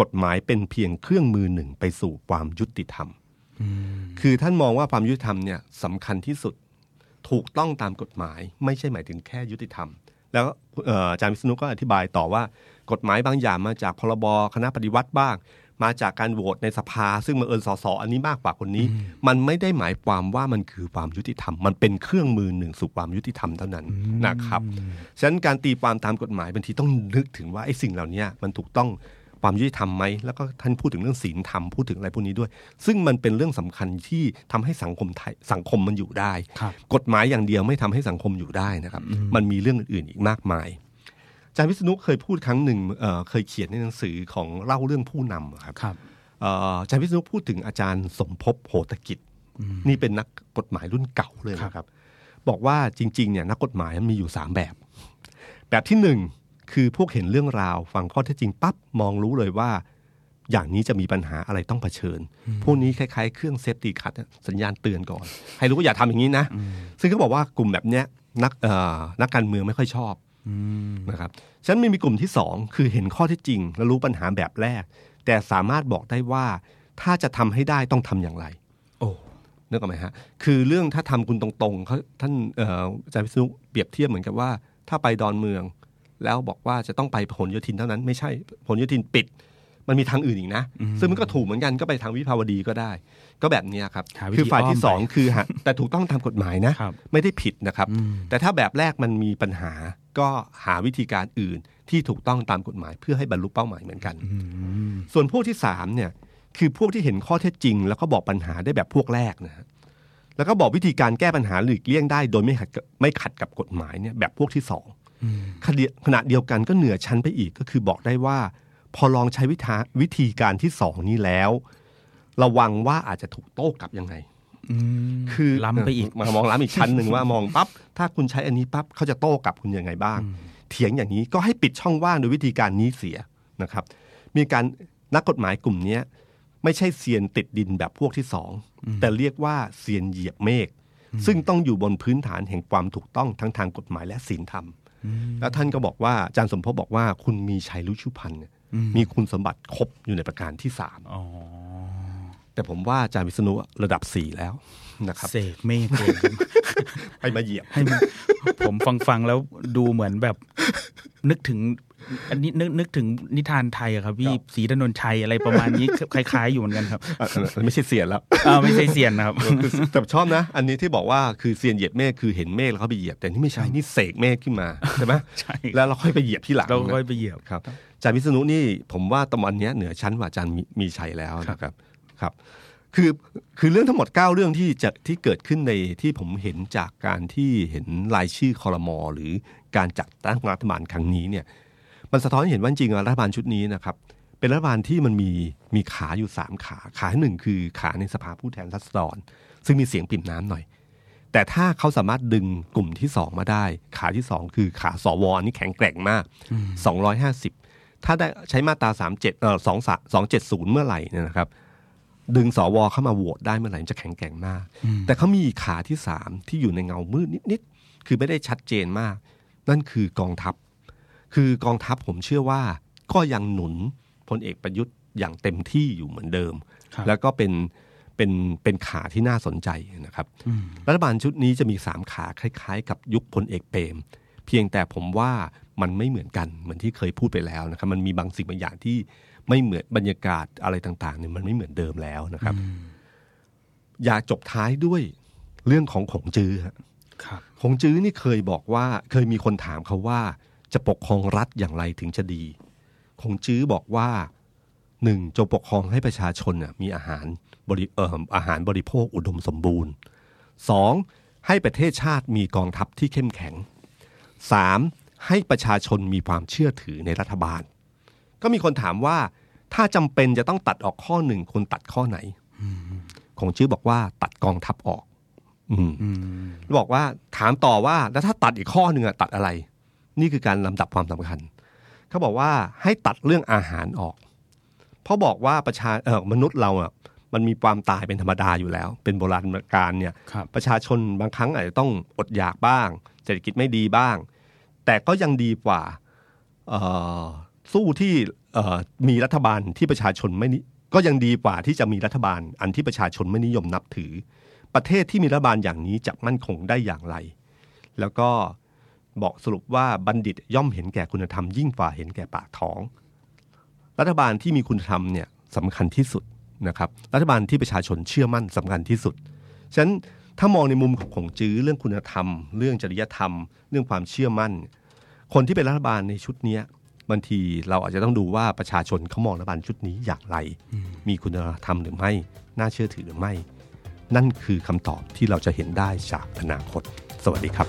Speaker 2: กฎหมายเป็นเพียงเครื่องมือหนึ่งไปสู่ความยุติธรรม คือท่านมองว่าความยุติธรรมเนี่ยสำคัญที่สุด ถูกต้องตามกฎหมาย ไม่ใช่หมายถึงแค่ยุติธรรม แล้วเอ่ออาจารย์วิษณุก็อธิบายต่อว่า กฎหมายบางอย่างมาจากพรบคณะปฏิวัติบ้าง มาจากการโหวตในสภา ซึ่งบังเอิญสสอันนี้มากกว่าคนนี้ มันไม่ได้หมายความว่ามันคือความยุติธรรม มันเป็นเครื่องมือหนึ่งสู่ความยุติธรรมเท่านั้นนะครับฉะนั้นการตีความตามกฎหมายบางทีต้องนึกถึงว่าไอ้สิ่งเหล่านี้มันถูกต้องความยุติธรรมไหมแล้วก็ท่านพูดถึงเรื่องศีลธรรมพูดถึงอะไรพวกนี้ด้วย ซึ่งมันเป็นเรื่องสำคัญที่ทำให้สังคมไทยสังคมมันอยู่ได้
Speaker 3: ครับ
Speaker 2: กฎหมายอย่างเดียวไม่ทำให้สังคมอยู่ได้นะครับ มันมีเรื่องอื่นๆอีกมากมายอาจารย์วิษณุเคยพูดครั้งหนึ่งเอ่อเคยเขียนในหนังสือของเล่าเรื่องผู้นำอะครับ
Speaker 3: ครับ
Speaker 2: เอ่ออาจารย์วิษณุพูดถึงอาจารย์สมภพโหตกิจ นี่เป็นนักกฎหมายรุ่นเก่าเลยนะครับ บอกว่าจริงๆเนี่ยนักกฎหมายมีอยู่สามแบบ แบบที่หนึ่งคือพวกเห็นเรื่องราวฟังข้อเท็จจริงปั๊บมองรู้เลยว่า อย่างนี้จะมีปัญหาอะไรต้องเผชิญ พวกนี้คล้ายๆ เครื่องเซฟตี้คัดสัญญาณเตือนก่อน ให้รู้ว่าอย่าทำอย่างนี้นะ ซึ่งเขาบอกว่ากลุ่มแบบเนี้ยนักเอ่อนักการเมืองไม่ค่อยชอบ
Speaker 3: อืม
Speaker 2: นะครับฉะนันมีกลุ่มที่สองคือเห็นข้อเท็จจริง และรู้ปัญหาแบบแรก แต่สามารถบอกได้ว่าถ้าจะทำให้ได้ต้องทำอย่างไร
Speaker 3: โอ้
Speaker 2: นึกออกไหมฮะ คือเรื่องถ้าทำคุณตรงๆเขาท่านเอ่ออาจารย์วิษณุเปรียบเทียบเหมือนกับว่า ถ้าไปดอนเมือง แล้วบอกว่าจะต้องไปผลโยธินเท่านั้นไม่ใช่ผลโยธินปิด มันมีทางอื่นอีกนะ ซึ่งมันก็ถูกเหมือนกันก็ไปทางวิภาวดีก็ได้ ก็แบบเนี้ยครับ
Speaker 3: หาวิธี
Speaker 2: คืฝ่ายที่
Speaker 3: มไป
Speaker 2: สองคือฮะแต่ถูกต้องตามกฎหมายนะ
Speaker 3: ครับ
Speaker 2: ไม่ได้ผิดนะครับ
Speaker 3: อืม
Speaker 2: แต่ถ้าแบบแรกมันมีปัญหาก็หาวิธีการอื่นที่ถูกต้องตามกฎหมาย เพื่อให้บรรลุเป้าหมายเหมือนกัน
Speaker 3: อืม
Speaker 2: ส่วนพวกที่สามเนี่ยคือพวกที่เห็นข้อเท็จจริง แล้วก็บอกปัญหาได้แบบพวกแรกนะฮะแล้วก็บอกวิธีการแก้ปัญหาหลีกเลี่ยงได้ โดยไม่ขัดกับไม่ขัดกับกฎหมายเนี่ยแบบพวกที่สอง
Speaker 3: อืม
Speaker 2: ขณะขณะเดียวกันก็เหนือชั้นไปอีกก็คือบอกได้ว่า พอลองใช้วิธาวิธีการที่สองนี้แล้ว ระวังว่าอาจจะถูกโต้กลับยังไง
Speaker 3: อืม
Speaker 2: คือ
Speaker 3: ล้ำไปอีก
Speaker 2: มามองล้ำอีกชั้นหนึ่งว่ามองปั๊บ ถ้าคุณใช้อันนี้ปั๊บเขาจะโต้กลับคุณยังไงบ้าง เถียงอย่างนี้ก็ให้ปิดช่องว่างโดยวิธีการนี้เสียนะครับ มีการนักกฎหมายกลุ่มเนี้ยไม่ใช่เซียนติดดินแบบพวกที่สองแต่เรียกว่าเซียนเหยียบเมฆซึ่งต้องอยู่บนพื้นฐานแห่งความถูกต้องทั้งทางกฎหมายและศีลธรรม แล้วท่านก็บอกว่าอาจารย์สมภพบอกว่า คุณมีชัยรุชุพันธ์เนี่ยมีคุณสมบัติครบอยู่ในประการที่สาม
Speaker 3: อ๋อ
Speaker 2: แต่ผมว่าอาจารย์วิษณุระดับสี่แล้วนะครับ
Speaker 3: เสกเมฆเอง
Speaker 2: ไปมาเหยียบ
Speaker 3: ให้มัน ผมฟังฟังแล้วดูเหมือนแบบ นึกถึง อันนี้นึกนึกถึงนิทานไทยอะครับ
Speaker 2: ค
Speaker 3: พี่
Speaker 2: รับ
Speaker 3: ศรีดนนชัยอะไรประมาณนี้ คล้าย ๆ อยู่เหมือนกันครับ
Speaker 2: อ่ะอันนั้นไม่ใช่เสียน แล้ว
Speaker 3: อ่าไม่ใช่เสียนนะครับ
Speaker 2: แต่ชอบนะ อันนี้ที่บอกว่าคือเซียนเหยียบเมฆคือเห็นเมฆแล้วเขาไปเหยียบ แต่นี่ไม่ใช่นี่เสกเมฆขึ้นมา ใช่ไหม
Speaker 3: ใช่
Speaker 2: แล้วเราค่อยไปเหยียบที่หลัง
Speaker 3: เราค่อยไปเหยียบ
Speaker 2: ครับอาจารย์วิษณุนี่ผมว่าตะวันเนี้ยเหนือชั้นกว่าอาจารย์มีมีชัยแล้วนะครับครับ คือคือเรื่องทั้งหมด 9 เรื่องที่จะที่เกิดขึ้นในที่ผมเห็นจากการที่เห็นรายชื่อคอรมอหรือการจัดตั้งรัฐบาลครั้งนี้เนี่ย มันสะท้อนให้เห็นว่าจริงๆรัฐบาลชุดนี้นะครับ เป็นรัฐบาลที่มันมีมีขาอยู่ 3 ขา ขาหนึ่งคือขาในสภาผู้แทนราษฎรซึ่งมีเสียงปริ่มน้ำหน่อย แต่ถ้าเขาสามารถดึงกลุ่มที่ 2 มาได้ ขาที่ 2 คือขาสวนี่แข็งแกร่งมาก 250 ถ้าได้ใช้มาตรา37เอ่อ2 270 เมื่อไหร่เนี่ยนะครับ ดึงสวเข้ามาโหวตได้เมื่อไหร่มันจะแข็งแกร่งมาก แต่เขามีอีกขาที่สามที่อยู่ในเงามืดนิดๆคือไม่ได้ชัดเจนมาก นั่นคือกองทัพ คือกองทัพผมเชื่อว่าก็ยังหนุนพลเอกประยุทธ์อย่างเต็มที่อยู่เหมือนเดิม
Speaker 3: ครับ
Speaker 2: แล้วก็เป็นเป็นเป็นขาที่น่าสนใจนะครับ รัฐบาลชุดนี้จะมีสามขาคล้ายๆ กับยุคพลเอกเปรม เพียงแต่ผมว่ามันไม่เหมือนกันเหมือนที่เคยพูดไปแล้วนะครับ มันมีบางสิ่งบางอย่างที่ไม่เหมือนบรรยากาศอะไรต่างๆเนี่ยมันไม่เหมือนเดิมแล้วนะครับ อยากจบท้ายด้วยเรื่องของขงจื้อฮะ
Speaker 3: ครับ
Speaker 2: คงจื้อนี่เคยบอกว่าเคยมีคนถามเขาว่าจะปกครองรัฐอย่างไรถึงจะดี คงจื้อบอกว่าหนึ่งจงปกครองให้ประชาชนน่ะมีอาหารบริเอ่ออาหารบริโภคอุดมสมบูรณ์สองให้ประเทศชาติมีกองทัพที่เข้มแข็งสามให้ประชาชนมีความเชื่อถือในรัฐบาล ก็มีคนถามว่าถ้าจำเป็นจะต้องตัดออกข้อหนึ่งควรตัดข้อไหนคงจื้อบอกว่าตัดกองทัพออก อืม
Speaker 3: อืม
Speaker 2: บอกว่าถามต่อว่าแล้วถ้าตัดอีกข้อหนึ่งอะตัดอะไร นี่คือการลำดับความสำคัญ เขาบอกว่าให้ตัดเรื่องอาหารออก เพราะบอกว่าประชาเออมนุษย์เราอะมันมีความตายเป็นธรรมดาอยู่แล้ว เป็นโบราณการเนี่ย
Speaker 3: ครับ
Speaker 2: ประชาชนบางครั้งอาจจะต้องอดอยากบ้าง เศรษฐกิจไม่ดีบ้าง แต่ก็ยังดีกว่าเอ่อสู้ที่เอ่อมีรัฐบาลที่ประชาชนไม่นิก็ยังดีกว่าที่จะมีรัฐบาลอันที่ประชาชนไม่นิยมนับถือ ประเทศที่มีรัฐบาลอย่างนี้จะมั่นคงได้อย่างไร แล้วก็บอกสรุปว่าบัณฑิตย่อมเห็นแก่คุณธรรมยิ่งกว่าเห็นแก่ปากท้อง รัฐบาลที่มีคุณธรรมเนี่ย สำคัญที่สุดนะครับรัฐบาลที่ประชาชนเชื่อมั่นสำคัญที่สุด ฉะนั้นถ้ามองในมุมของจื้อเรื่องคุณธรรม เรื่องจริยธรรม เรื่องความเชื่อมั่น คนที่เป็นรัฐบาลในชุดเนี้ยบางทีเราอาจจะต้องดูว่าประชาชนเขามองรัฐบาลชุดนี้อย่างไร มีคุณธรรมหรือไม่น่าเชื่อถือหรือไม่ นั่นคือคำตอบที่เราจะเห็นได้จากอนาคต สวัสดีครับ